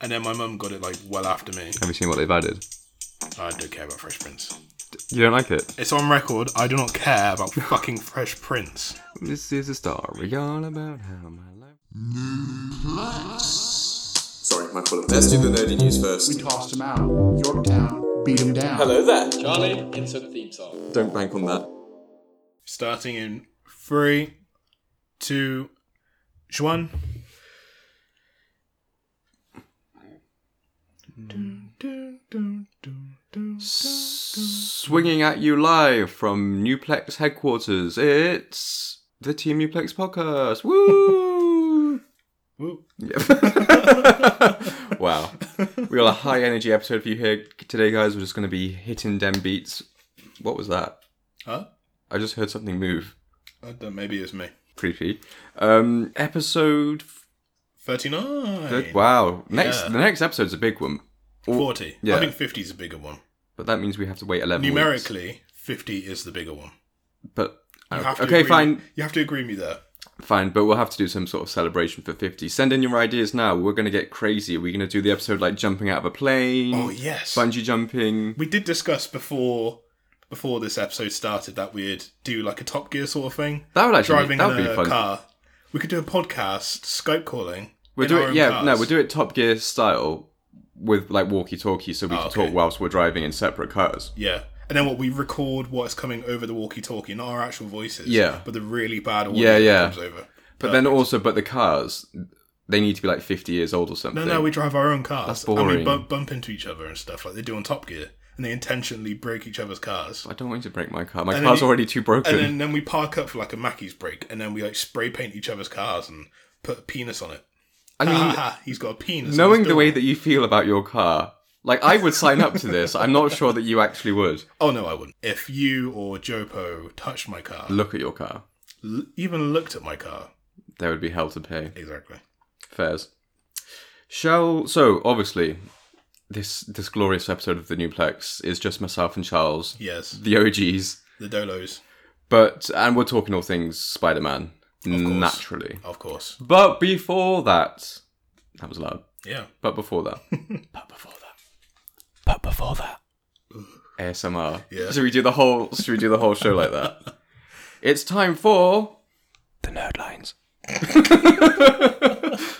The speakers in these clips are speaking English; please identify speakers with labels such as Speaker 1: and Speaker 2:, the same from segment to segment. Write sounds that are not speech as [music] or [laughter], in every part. Speaker 1: And then my mum got it like well after me.
Speaker 2: Have you seen what they've added?
Speaker 1: I don't care about Fresh Prince.
Speaker 2: You don't like it?
Speaker 1: It's on record. I do not care
Speaker 2: [laughs]
Speaker 1: about fucking Fresh Prince.
Speaker 2: This is a story all about how my life.
Speaker 3: Sorry, my fault.
Speaker 4: Let's do the nerdy news first.
Speaker 3: Tossed him out. Yorktown beat him down.
Speaker 4: Hello there.
Speaker 5: Charlie, insert theme song.
Speaker 4: Don't bank on that.
Speaker 1: Starting in three, two, one.
Speaker 2: Hmm. Swinging at you live from Nuplex headquarters. It's the Team Nuplex
Speaker 1: [laughs]
Speaker 2: podcast. Woo! [laughs]
Speaker 1: Woo.
Speaker 2: wow. We got a high energy episode for you here today, guys. We're just going to be hitting dem beats. What was that?
Speaker 1: Huh?
Speaker 2: I just heard something move.
Speaker 1: I don't, maybe it's me.
Speaker 2: Creepy. Um, episode.
Speaker 1: Thirty-nine.
Speaker 2: Thir- wow. Next,
Speaker 1: Yeah.
Speaker 2: the next episode's a big one,
Speaker 1: Forty.
Speaker 2: Yeah.
Speaker 1: I think fifty is a bigger one.
Speaker 2: but that means we have to wait eleven. weeks.
Speaker 1: Numerically, fifty is the bigger one.
Speaker 2: but uh,
Speaker 1: You have to
Speaker 2: okay,
Speaker 1: agree-
Speaker 2: fine.
Speaker 1: You have to agree with me there.
Speaker 2: Fine, but we'll have to do some sort of celebration for 50. Send in your ideas now. We're going to get crazy. We're going to do the episode like jumping out of a plane.
Speaker 1: Oh, yes.
Speaker 2: Bungee jumping.
Speaker 1: We did discuss before before this episode started that we'd do like a Top Gear sort of thing.
Speaker 2: That would actually
Speaker 1: driving
Speaker 2: that would
Speaker 1: in
Speaker 2: be
Speaker 1: a
Speaker 2: fun.
Speaker 1: car. We could do a podcast, Skype calling.
Speaker 2: We'll
Speaker 1: in
Speaker 2: do
Speaker 1: our
Speaker 2: it
Speaker 1: own
Speaker 2: yeah,
Speaker 1: cars.
Speaker 2: no, we'll do it Top Gear style with like walkie-talkie so we
Speaker 1: Oh,
Speaker 2: can
Speaker 1: okay.
Speaker 2: talk whilst we're driving in separate cars.
Speaker 1: Yeah. And then what we record what's coming over the walkie-talkie, not our actual voices.
Speaker 2: Yeah.
Speaker 1: But the really bad audio
Speaker 2: Yeah,
Speaker 1: that
Speaker 2: yeah.
Speaker 1: comes over.
Speaker 2: But then also but the cars they need to be like 50 years old or something.
Speaker 1: No, no, we drive our own cars.
Speaker 2: That's
Speaker 1: And
Speaker 2: boring.
Speaker 1: we bump, bump into each other and stuff like they do on Top Gear, and they intentionally break each other's cars.
Speaker 2: I don't want you to break my car. My
Speaker 1: And then
Speaker 2: car's
Speaker 1: you-
Speaker 2: already too broken.
Speaker 1: And then, then we park up for like a Mackey's break, and then we like spray paint each other's cars and put a penis on it.
Speaker 2: I
Speaker 1: ha,
Speaker 2: mean,
Speaker 1: ha, ha, [laughs] he's got a penis. on
Speaker 2: knowing
Speaker 1: his
Speaker 2: the way
Speaker 1: door.
Speaker 2: that you feel about your car, like I would sign up to this. I'm not sure that you actually would.
Speaker 1: Oh no, I wouldn't. If you or Jopo touched my car,
Speaker 2: Look at your car.
Speaker 1: l- even looked at my car,
Speaker 2: There would be hell to pay.
Speaker 1: exactly.
Speaker 2: Fairs. Shall so obviously this this glorious episode of the Newplex is just myself and Charles,
Speaker 1: Yes,
Speaker 2: the OGs,
Speaker 1: the Dolos,
Speaker 2: but and we're talking all things Spider Man
Speaker 1: course.
Speaker 2: naturally.
Speaker 1: of course.
Speaker 2: But before that, that was loud.
Speaker 1: Yeah,
Speaker 2: But
Speaker 1: [laughs]
Speaker 2: before that, but before that, but before that, ASMR.
Speaker 1: Yeah.
Speaker 2: Should we do the whole? Should we do the whole show like
Speaker 1: [laughs]
Speaker 2: that? It's time for the nerd lines.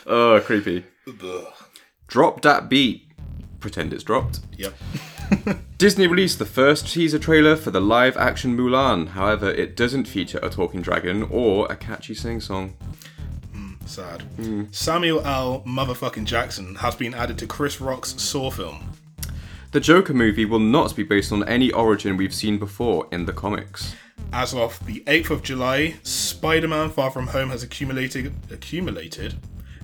Speaker 2: oh, creepy. Drop that beat. Pretend it's dropped.
Speaker 1: yep.
Speaker 2: Disney released the first teaser trailer for the live action Mulan. However, it doesn't feature a talking dragon or a catchy sing song.
Speaker 1: Sad.
Speaker 2: Hmm.
Speaker 1: Samuel L. Motherfucking Jackson has been added to Chris Rock's Saw film.
Speaker 2: The Joker movie will not be based on any origin we've seen before in the comics.
Speaker 1: As of the 8th of July, Spider-Man Far From Home has accumulated accumulated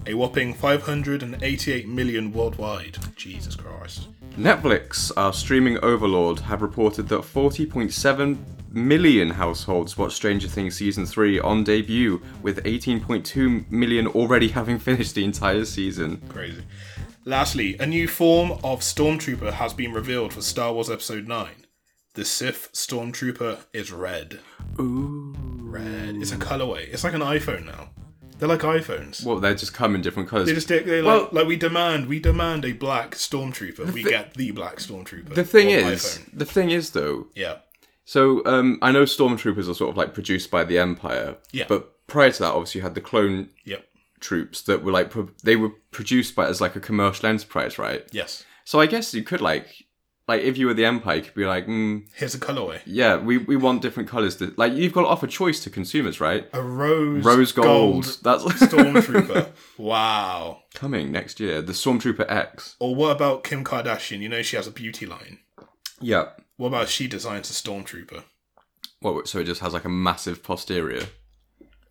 Speaker 1: a whopping 588 million worldwide. Jesus Christ.
Speaker 2: Netflix, our streaming overlord, have reported that 40.7 million households watched Stranger Things Season 3 on debut, with 18.2 million already [laughs] having finished the entire season.
Speaker 1: Crazy. Lastly, a new form of Stormtrooper has been revealed for Star Wars Episode 9. The Sith Stormtrooper is red. Ooh. Red. It's a colorway. It's like an iPhone now. They're like iPhones.
Speaker 2: Well, they just come in different colours.
Speaker 1: They just they they like,
Speaker 2: Well-
Speaker 1: like we demand we demand a black stormtrooper. We get the black stormtrooper.
Speaker 2: the thing
Speaker 1: or
Speaker 2: is,
Speaker 1: iPhone.
Speaker 2: the thing is though,
Speaker 1: yeah,
Speaker 2: so um, I know stormtroopers are sort of like produced by the Empire,
Speaker 1: Yeah.
Speaker 2: but prior to that, obviously you had the clone
Speaker 1: yep,
Speaker 2: troops that were like pro- they were produced by as like a commercial enterprise, right?
Speaker 1: yes.
Speaker 2: So I guess you could like like if you were the Empire, you could be like, mm,
Speaker 1: Here's a colorway:
Speaker 2: Yeah, we, we want different colors. To, like you've got to offer choice to consumers, right?
Speaker 1: a rose,
Speaker 2: Rose gold. That's [laughs]
Speaker 1: stormtrooper. wow.
Speaker 2: coming next year. The Stormtrooper X.
Speaker 1: Or what about Kim Kardashian? You know she has a beauty line.
Speaker 2: Yeah.
Speaker 1: What about she designs a stormtrooper?
Speaker 2: Well, so it just has like a massive posterior.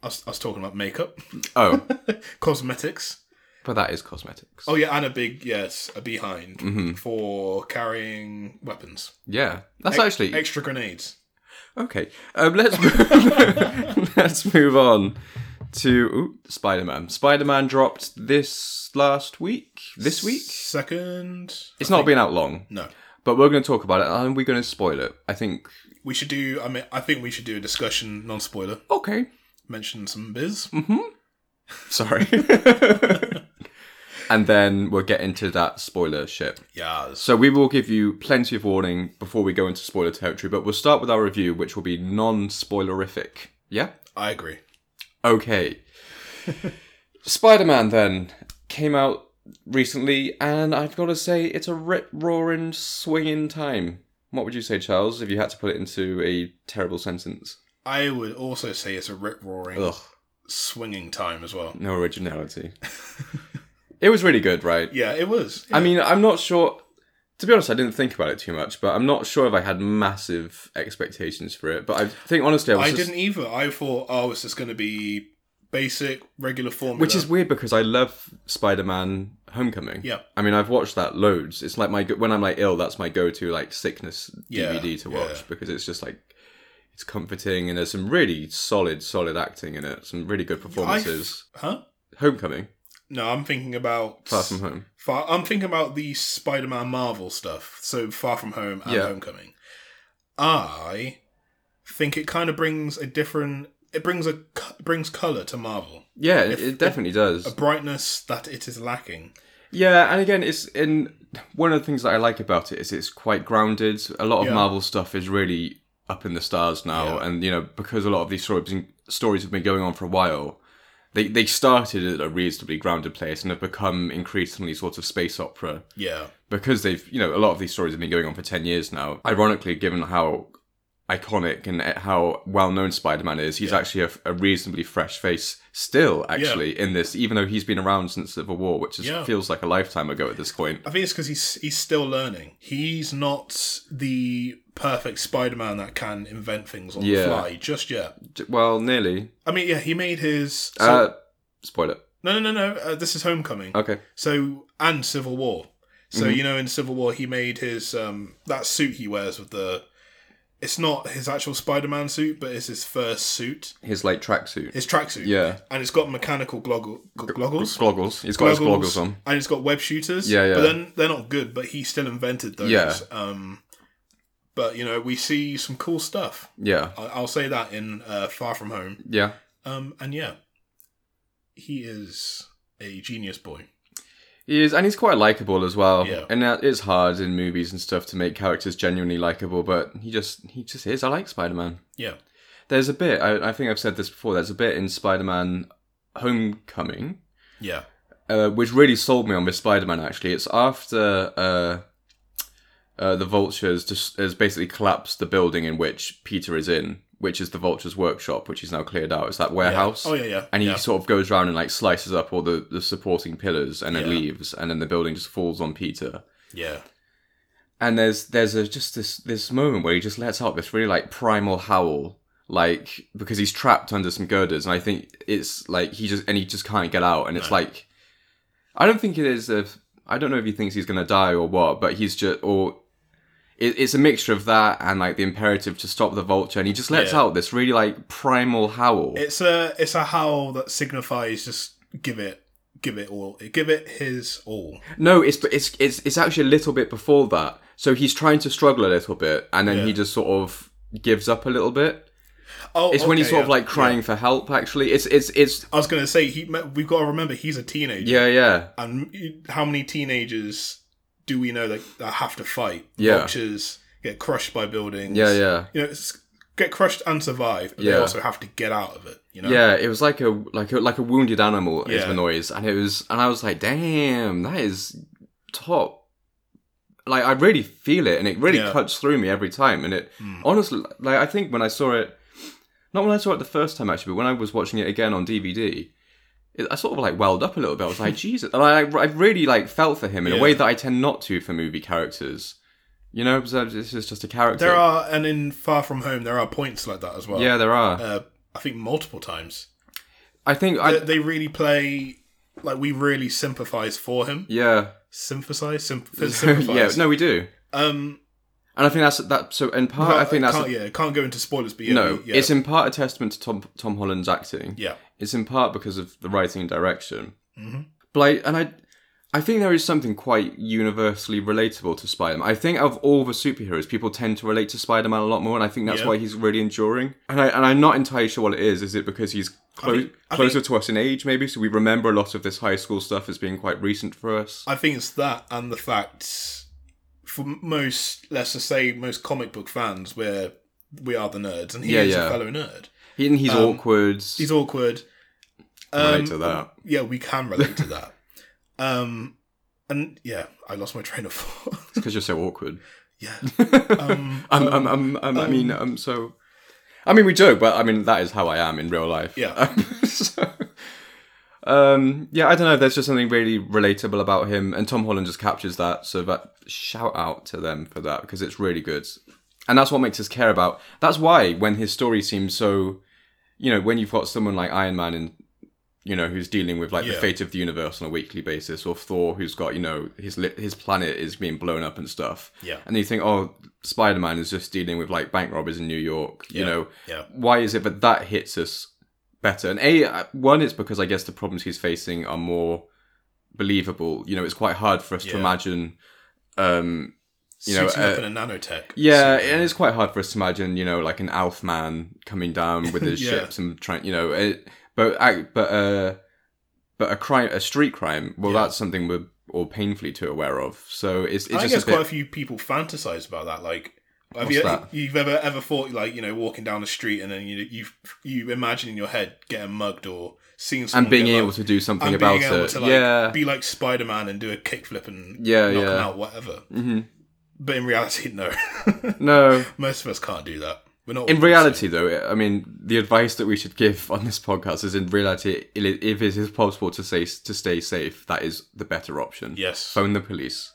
Speaker 1: I was, I was talking about makeup,
Speaker 2: Oh,
Speaker 1: [laughs]
Speaker 2: [laughs]
Speaker 1: cosmetics.
Speaker 2: But that is cosmetics.
Speaker 1: Oh yeah, and a big yes, a behind
Speaker 2: Mm-hmm.
Speaker 1: for carrying weapons.
Speaker 2: yeah. That's
Speaker 1: E-
Speaker 2: actually
Speaker 1: extra grenades.
Speaker 2: Okay, um, let's move, [laughs] let's move on to Spider Man. Spider Man dropped this last week. This week,
Speaker 1: Second,
Speaker 2: it's not been out long,
Speaker 1: no.
Speaker 2: but we're going to talk about it and we're going to spoil it. I think.
Speaker 1: We should do. I mean, I think we should do a discussion, non-spoiler.
Speaker 2: Okay,
Speaker 1: Mention some
Speaker 2: [laughs]
Speaker 1: biz.
Speaker 2: sorry. [laughs] and then we'll get into that spoiler shit.
Speaker 1: Yeah. So
Speaker 2: So we will give you plenty of warning before we go into spoiler territory, but we'll start with our review, which will be non-spoilerific. Yeah.
Speaker 1: I agree.
Speaker 2: Okay. Spider Man then came out recently, and I've got to say it's a rip roaring, swinging time. What would you say, Charles, if you had to put it into a terrible sentence?
Speaker 1: I would also say it's a rip roaring,
Speaker 2: Ugh,
Speaker 1: swinging time as well.
Speaker 2: no originality. [laughs] it was really good, right?
Speaker 1: Yeah, it was.
Speaker 2: I mean, I'm not sure. To be honest, I didn't think about it too much, but I'm not sure if I had massive expectations for it. But I think, honestly, I was
Speaker 1: I
Speaker 2: just-
Speaker 1: didn't either. I thought, oh, it's just going to be basic, regular formula.
Speaker 2: Which is weird because I love Spider-Man Homecoming.
Speaker 1: Yeah.
Speaker 2: I mean, I've watched that loads. It's like my go- when I'm like ill, that's my go-to like sickness
Speaker 1: Yeah,
Speaker 2: DVD to watch
Speaker 1: yeah.
Speaker 2: because it's just like it's comforting and there's some really solid, solid acting in it. Some really good performances.
Speaker 1: huh?
Speaker 2: Homecoming,
Speaker 1: No, I'm thinking about
Speaker 2: Far From Home.
Speaker 1: Far, I'm thinking about the Spider-Man Marvel stuff. So Far From Home and
Speaker 2: Yeah.
Speaker 1: Homecoming. I think it kind of brings a different. It brings a co- brings color to Marvel,
Speaker 2: Yeah, it-
Speaker 1: If-
Speaker 2: it definitely does.
Speaker 1: a brightness that it is lacking.
Speaker 2: Yeah, and again, it's in one of the things that I like about it is it's quite grounded. A lot of
Speaker 1: Yeah.
Speaker 2: Marvel stuff is really up in the stars now,
Speaker 1: Yeah.
Speaker 2: and you know because a lot of these stories stories have been going on for a while, they they started at a reasonably grounded place and have become increasingly sort of space opera
Speaker 1: Yeah,
Speaker 2: because they've you know a lot of these stories have been going on for 10 years now ironically given how iconic and how well known spider-man is he's actually a, a reasonably fresh face still actually in this even though he's been around since civil war which is,
Speaker 1: Yeah.
Speaker 2: feels like a lifetime ago at this point
Speaker 1: I think it's because he's he's still learning. He's not the perfect Spider-Man that can invent things on
Speaker 2: Yeah.
Speaker 1: the fly just yet.
Speaker 2: J- well nearly
Speaker 1: I mean, yeah, he made his. So,
Speaker 2: uh spoiler
Speaker 1: no, no, no, no. Uh, this is Homecoming.
Speaker 2: okay
Speaker 1: So and Civil War. So
Speaker 2: Mm-hmm.
Speaker 1: you know, in Civil War, he made his um that suit he wears with the. It's not his actual Spider-Man suit, but it's his first suit,
Speaker 2: his like tracksuit
Speaker 1: his tracksuit.
Speaker 2: Yeah.
Speaker 1: and it's got mechanical gloggle, g- goggles.
Speaker 2: goggles he's got his goggles on
Speaker 1: and it's got web shooters.
Speaker 2: Yeah, yeah.
Speaker 1: But then they're not good, but he still invented those.
Speaker 2: Yeah.
Speaker 1: Um, but you know, we see some cool stuff.
Speaker 2: yeah
Speaker 1: I- I'll say that in uh, Far From Home.
Speaker 2: yeah
Speaker 1: Um, and yeah, he is a genius boy.
Speaker 2: He is, and he's quite likable as well.
Speaker 1: Yeah.
Speaker 2: And uh, it's hard in movies and stuff to make characters genuinely likable, but he just he just is. I like Spider Man.
Speaker 1: Yeah,
Speaker 2: There's a bit. I, I think I've said this before. There's a bit in Spider Man Homecoming,
Speaker 1: yeah,
Speaker 2: uh, which really sold me on this Spider Man. Actually, it's after uh, uh, the Vultures just has basically collapsed the building in which Peter is in, which is the Vultures' workshop, which is now cleared out. It's that warehouse.
Speaker 1: Oh, yeah, yeah,
Speaker 2: And he
Speaker 1: yeah.
Speaker 2: sort of goes around and like slices up all the, the supporting pillars and then
Speaker 1: Yeah.
Speaker 2: leaves, and then the building just falls on Peter
Speaker 1: yeah,
Speaker 2: and there's there's a just this this moment where he just lets out this really like primal howl like because he's trapped under some girders and i think it's like he just and he just can't get out and it's like i don't think it is if i don't know if he thinks he's going to die or what but he's just or it, it's a mixture of that and like the imperative to stop the vulture and he just lets
Speaker 1: Yeah.
Speaker 2: out this really like primal howl
Speaker 1: It's a it's a howl that signifies just give it, give it all, give it his all.
Speaker 2: No, it's it's it's it's actually a little bit before that. So he's trying to struggle a little bit, and then he
Speaker 1: Yeah.
Speaker 2: just sort of gives up a little bit.
Speaker 1: Oh,
Speaker 2: It's when he's
Speaker 1: okay,
Speaker 2: sort of
Speaker 1: yeah,
Speaker 2: like crying
Speaker 1: yeah.
Speaker 2: for help. Actually, it's it's it's
Speaker 1: I was gonna say he. We've got to remember he's a teenager.
Speaker 2: yeah yeah
Speaker 1: and how many teenagers do we know that, that have to fight?
Speaker 2: Yeah.
Speaker 1: Vultures get crushed by buildings.
Speaker 2: Yeah, yeah.
Speaker 1: You know, it's, get crushed and survive, but
Speaker 2: Yeah.
Speaker 1: they also have to get out of it. You know.
Speaker 2: yeah. It was like a like a like a wounded animal is
Speaker 1: Yeah.
Speaker 2: the noise, and it was and I was like, damn, that is top. Like I really feel it, and it really
Speaker 1: Yeah. Hmm.
Speaker 2: cuts through me every time. And it honestly, like I think when I saw it, not when I saw it the first time actually, but when I was watching it again on DVD, it, I sort of like welled up a little bit.
Speaker 1: [laughs]
Speaker 2: I was like, Jesus, and I, I really like felt for him in a
Speaker 1: Yeah.
Speaker 2: way that I tend not to for movie characters. You know, so this is just a character.
Speaker 1: There are, and in Far From Home, there are points like that as well.
Speaker 2: yeah, there are.
Speaker 1: Uh, I think multiple times
Speaker 2: I think I,
Speaker 1: They they really play like we really sympathize for him.
Speaker 2: Yeah. [laughs]
Speaker 1: Synthesize, Symp-
Speaker 2: yeah.
Speaker 1: sympathize.
Speaker 2: No, we do.
Speaker 1: Um,
Speaker 2: And I think that's that. So in part, I think that's
Speaker 1: can't, yeah. Can't go into spoilers, but yeah,
Speaker 2: no.
Speaker 1: yeah,
Speaker 2: It's in part a testament to Tom Tom Holland's acting.
Speaker 1: yeah,
Speaker 2: It's in part because of the writing and direction. Mm-hmm. But I and I, I think there is something quite universally relatable to Spider-Man. I think of all the superheroes, people tend to relate to Spider-Man a lot more, and I think that's
Speaker 1: Yeah.
Speaker 2: why he's really enduring. And I and I'm not entirely sure what it is. Is it because he's clo-
Speaker 1: think- I
Speaker 2: closer
Speaker 1: think-
Speaker 2: to us in age, maybe? So we remember a lot of this high school stuff as being quite recent for us.
Speaker 1: I think it's that and the fact for most, let's just say, most comic book fans, we're we are the nerds, and he
Speaker 2: Yeah,
Speaker 1: is
Speaker 2: yeah.
Speaker 1: a fellow nerd.
Speaker 2: He- and he's awkward.
Speaker 1: Um, He's awkward. Um,
Speaker 2: Relate to that.
Speaker 1: Yeah, we can relate to
Speaker 2: [laughs]
Speaker 1: that. Um, and yeah, I lost my train of [laughs] thought.
Speaker 2: because you're so
Speaker 1: [laughs]
Speaker 2: awkward.
Speaker 1: yeah, Um,
Speaker 2: I'm, I'm, I'm, I'm, I mean, I'm so. I mean, we joke, but I mean, that is how I am in real life.
Speaker 1: Yeah.
Speaker 2: [laughs] So, um, yeah, I don't know. There's just something really relatable about him, and Tom Holland just captures that. So that shout out to them for that because it's really good, and that's what makes us care about. That's why when his story seems so, you know, when you've got someone like Iron Man and you know who's dealing with like the
Speaker 1: Yeah.
Speaker 2: fate of the universe on a weekly basis, or Thor who's got you know his li- his planet is being blown up and stuff.
Speaker 1: Yeah.
Speaker 2: and you think, oh, Spider Man is just dealing with like bank robbers in New York. You
Speaker 1: Yeah.
Speaker 2: know,
Speaker 1: Yeah.
Speaker 2: why is it that that hits us better? And a uh, one it's because I guess the problems he's facing are more believable. You know, it's quite hard for us to
Speaker 1: Yeah.
Speaker 2: imagine. Um, you know,
Speaker 1: suiting up
Speaker 2: uh,
Speaker 1: in a nanotech.
Speaker 2: yeah,
Speaker 1: suit.
Speaker 2: and it's quite hard for us to imagine. You know, like an Alf man coming down with
Speaker 1: [laughs]
Speaker 2: his
Speaker 1: Yeah.
Speaker 2: ships and trying. You know, it, but I- but uh, but a crime, a street crime. Well,
Speaker 1: Yeah.
Speaker 2: that's something we're all painfully too aware of. So it's it's
Speaker 1: I
Speaker 2: just
Speaker 1: guess
Speaker 2: a bit,
Speaker 1: quite a few people fantasize about that. Like, have
Speaker 2: What's
Speaker 1: you
Speaker 2: that?
Speaker 1: you've ever ever thought like you know walking down the street and then you you you imagine in your head getting mugged or seeing someone
Speaker 2: and being
Speaker 1: get
Speaker 2: able
Speaker 1: mugged
Speaker 2: to do something
Speaker 1: and
Speaker 2: about
Speaker 1: being able
Speaker 2: it.
Speaker 1: to like
Speaker 2: yeah,
Speaker 1: be like Spider Man and do a kickflip and knock
Speaker 2: Yeah,
Speaker 1: 'em
Speaker 2: yeah. Mm-hmm.
Speaker 1: out whatever. But in reality, [laughs] no.
Speaker 2: no.
Speaker 1: Most of us can't do that. We're not
Speaker 2: In
Speaker 1: all the
Speaker 2: reality, though, I mean, the advice that we should give on this podcast is: in reality, i- if it is possible to say to stay safe, that is the better option.
Speaker 1: Yes.
Speaker 2: phone the police.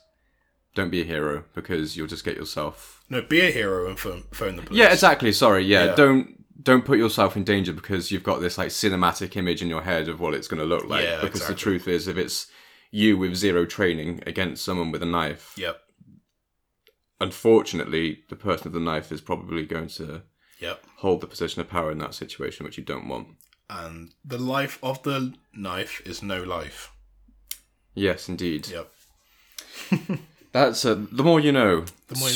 Speaker 2: Don't be a hero because you'll just get yourself
Speaker 1: same. no, be a hero and phone, phone the police.
Speaker 2: Yeah, exactly. Sorry. Yeah,
Speaker 1: Yeah.
Speaker 2: don't don't put yourself in danger because you've got this like cinematic image in your head of what it's going to look like.
Speaker 1: Yeah,
Speaker 2: because the
Speaker 1: exactly.
Speaker 2: truth is, if it's you with zero training against someone with a knife,
Speaker 1: Yep.
Speaker 2: unfortunately, the person with the knife is probably going to
Speaker 1: Yep.
Speaker 2: hold the position of power in that situation, which you don't want.
Speaker 1: And the life of the knife is no life.
Speaker 2: Yes, indeed.
Speaker 1: Yep.
Speaker 2: That's uh, the more you know.
Speaker 1: The more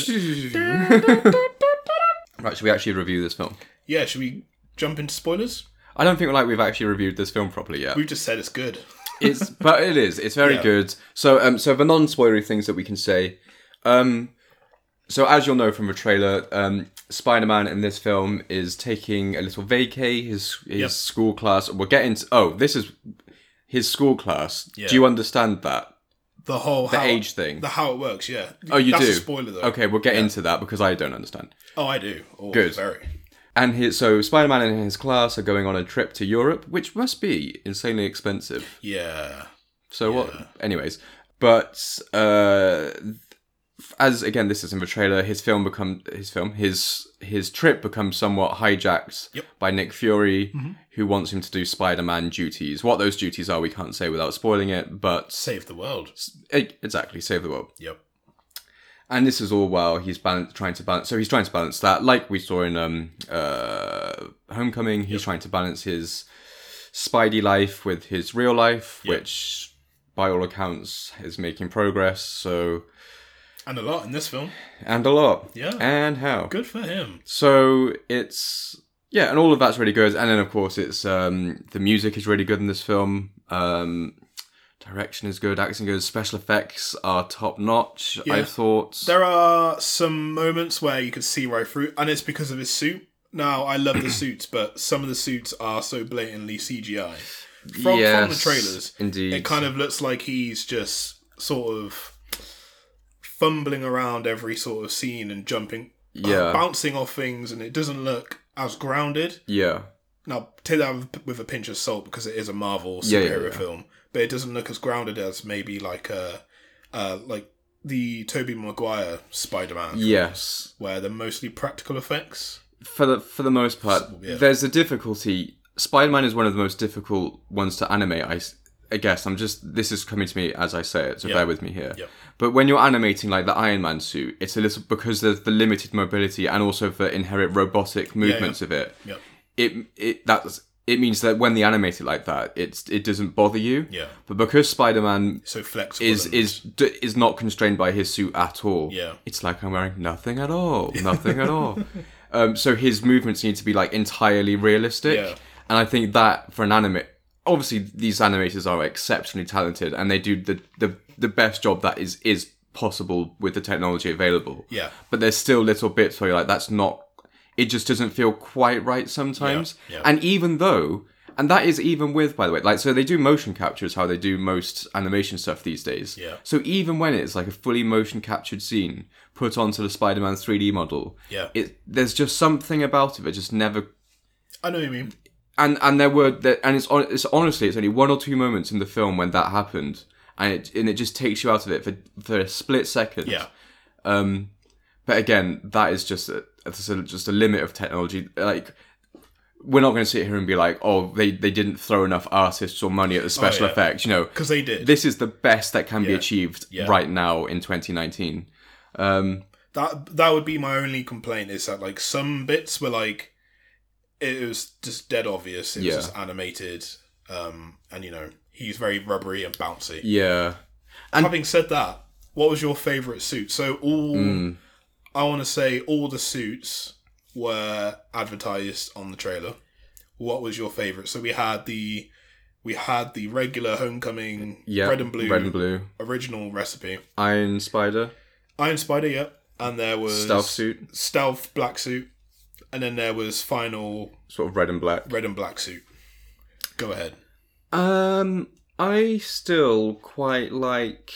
Speaker 2: Right, should we actually review this film?
Speaker 1: yeah, should we jump into spoilers?
Speaker 2: I don't think like we've actually reviewed this film properly yet.
Speaker 1: We've just said it's good.
Speaker 2: it's but it is it's very
Speaker 1: Yeah.
Speaker 2: good so um so the non-spoilery things that we can say um so as you'll know from the trailer um spider-man in this film is taking a little vacay his his
Speaker 1: Yep.
Speaker 2: school class we'll get into oh this is his school class
Speaker 1: Yeah.
Speaker 2: do you understand that
Speaker 1: The whole
Speaker 2: the
Speaker 1: how,
Speaker 2: age thing
Speaker 1: the how it works. Yeah.
Speaker 2: oh you
Speaker 1: That's
Speaker 2: do
Speaker 1: A spoiler though.
Speaker 2: okay we'll get into that because i don't understand
Speaker 1: Oh, I do. Oh,
Speaker 2: Good.
Speaker 1: Very.
Speaker 2: and his, so spider-man and his class are going on a trip to europe which must be insanely expensive
Speaker 1: Yeah.
Speaker 2: So what? Anyways, but uh, as again, this is in the trailer. His film become his film. His his trip becomes somewhat hijacked
Speaker 1: Yep. Mm-hmm.
Speaker 2: by Nick Fury, who wants him to do Spider-Man duties. What those duties are, we can't say without spoiling it. But
Speaker 1: Save the world.
Speaker 2: eh, exactly, save the world.
Speaker 1: Yep.
Speaker 2: And this is all while he's balance, trying to balance. So he's trying to balance that, like we saw in um, uh, Homecoming. He's trying to balance his Spidey life with his real life,
Speaker 1: Yep.
Speaker 2: which, by all accounts, is making progress. So
Speaker 1: And a lot in this film.
Speaker 2: and a lot,
Speaker 1: Yeah.
Speaker 2: and how
Speaker 1: Good for him.
Speaker 2: So it's yeah, and all of that's really good. And then of course, it's um, the music is really good in this film. Um, direction is good, acting good, special effects are top notch. I
Speaker 1: Yeah.
Speaker 2: thought.
Speaker 1: There are some moments where you can see right through, and it's because of his suit. Now, I love the [clears throat] suits, but some of the suits are so blatantly CGI. From, from the
Speaker 2: Yes,
Speaker 1: trailers,
Speaker 2: indeed.
Speaker 1: it kind of looks like he's just sort of fumbling around every sort of scene and jumping, [clears throat]
Speaker 2: Yeah.
Speaker 1: bouncing off things, and it doesn't look as grounded.
Speaker 2: yeah.
Speaker 1: Now, take that with- with a pinch of salt because it is a Marvel
Speaker 2: Yeah,
Speaker 1: superhero
Speaker 2: yeah, yeah.
Speaker 1: film, but it doesn't look as grounded as maybe like uh, uh, like the Toby Maguire Spider-Man.
Speaker 2: Yes.
Speaker 1: where they're mostly practical effects.
Speaker 2: for the for the most part,
Speaker 1: yeah.
Speaker 2: there's a difficulty. Spider Man is one of the most difficult ones to animate. I s- a guess. I'm just this is coming to me as I say it, so
Speaker 1: Yeah.
Speaker 2: bear with me here.
Speaker 1: Yeah.
Speaker 2: But when you're animating like the Iron Man suit, it's a little because there's the limited mobility and also the inherent robotic movements of it.
Speaker 1: Yep.
Speaker 2: It it that's it means that when they animate it like that, it's it doesn't bother you.
Speaker 1: Yeah.
Speaker 2: But because Spider Man
Speaker 1: So flexible.
Speaker 2: is
Speaker 1: and-
Speaker 2: is d- is not constrained by his suit at all.
Speaker 1: Yeah.
Speaker 2: it's like I'm wearing nothing at
Speaker 1: [laughs]
Speaker 2: all, nothing at all. Um, so his movements need to be like entirely realistic,
Speaker 1: Yeah.
Speaker 2: and I think that for an anime, obviously these animators are exceptionally talented, and they do the the, the best job that is is possible with the technology available.
Speaker 1: Yeah.
Speaker 2: but there's still little bits where you're like, that's not. It just doesn't feel quite right sometimes,
Speaker 1: Yeah, yeah.
Speaker 2: and even though and that is even with by the way like so they do motion capture is how they do most animation stuff these days
Speaker 1: Yeah.
Speaker 2: so even when it's like a fully motion captured scene put onto the spider-man 3d model
Speaker 1: Yeah.
Speaker 2: it there's just something about it that just never
Speaker 1: I know what you mean.
Speaker 2: and and there were there, and it's on it's honestly it's only one or two moments in the film when that happened and it and it just takes you out of it for for a split second
Speaker 1: Yeah.
Speaker 2: um, but again, that is just a, that's a- just a limit of technology. Like, we're not going to sit here and be like, "Oh, they they didn't throw enough artists or money at the special
Speaker 1: Oh, yeah.
Speaker 2: effects." You know,
Speaker 1: 'Cause they did.
Speaker 2: This is the best that can be
Speaker 1: Yeah.
Speaker 2: achieved
Speaker 1: Yeah.
Speaker 2: right now in 2019. Um,
Speaker 1: That that would be my only complaint is that like some bits were like it was just dead obvious. It
Speaker 2: Yeah.
Speaker 1: was just animated. Um and you know, he's very rubbery and bouncy.
Speaker 2: yeah,
Speaker 1: Having said that, what was your favourite suit? So all
Speaker 2: Hmm.
Speaker 1: I want to say all the suits were advertised on the trailer. What was your favourite? So we had the we had the regular homecoming
Speaker 2: yeah,
Speaker 1: red and blue
Speaker 2: red and blue,
Speaker 1: original recipe.
Speaker 2: Iron Spider,
Speaker 1: Iron Spider, yeah. And there was
Speaker 2: stealth suit,
Speaker 1: stealth black suit, and then there was final
Speaker 2: sort of red and black.
Speaker 1: red and black suit. Go ahead.
Speaker 2: Um, I still quite like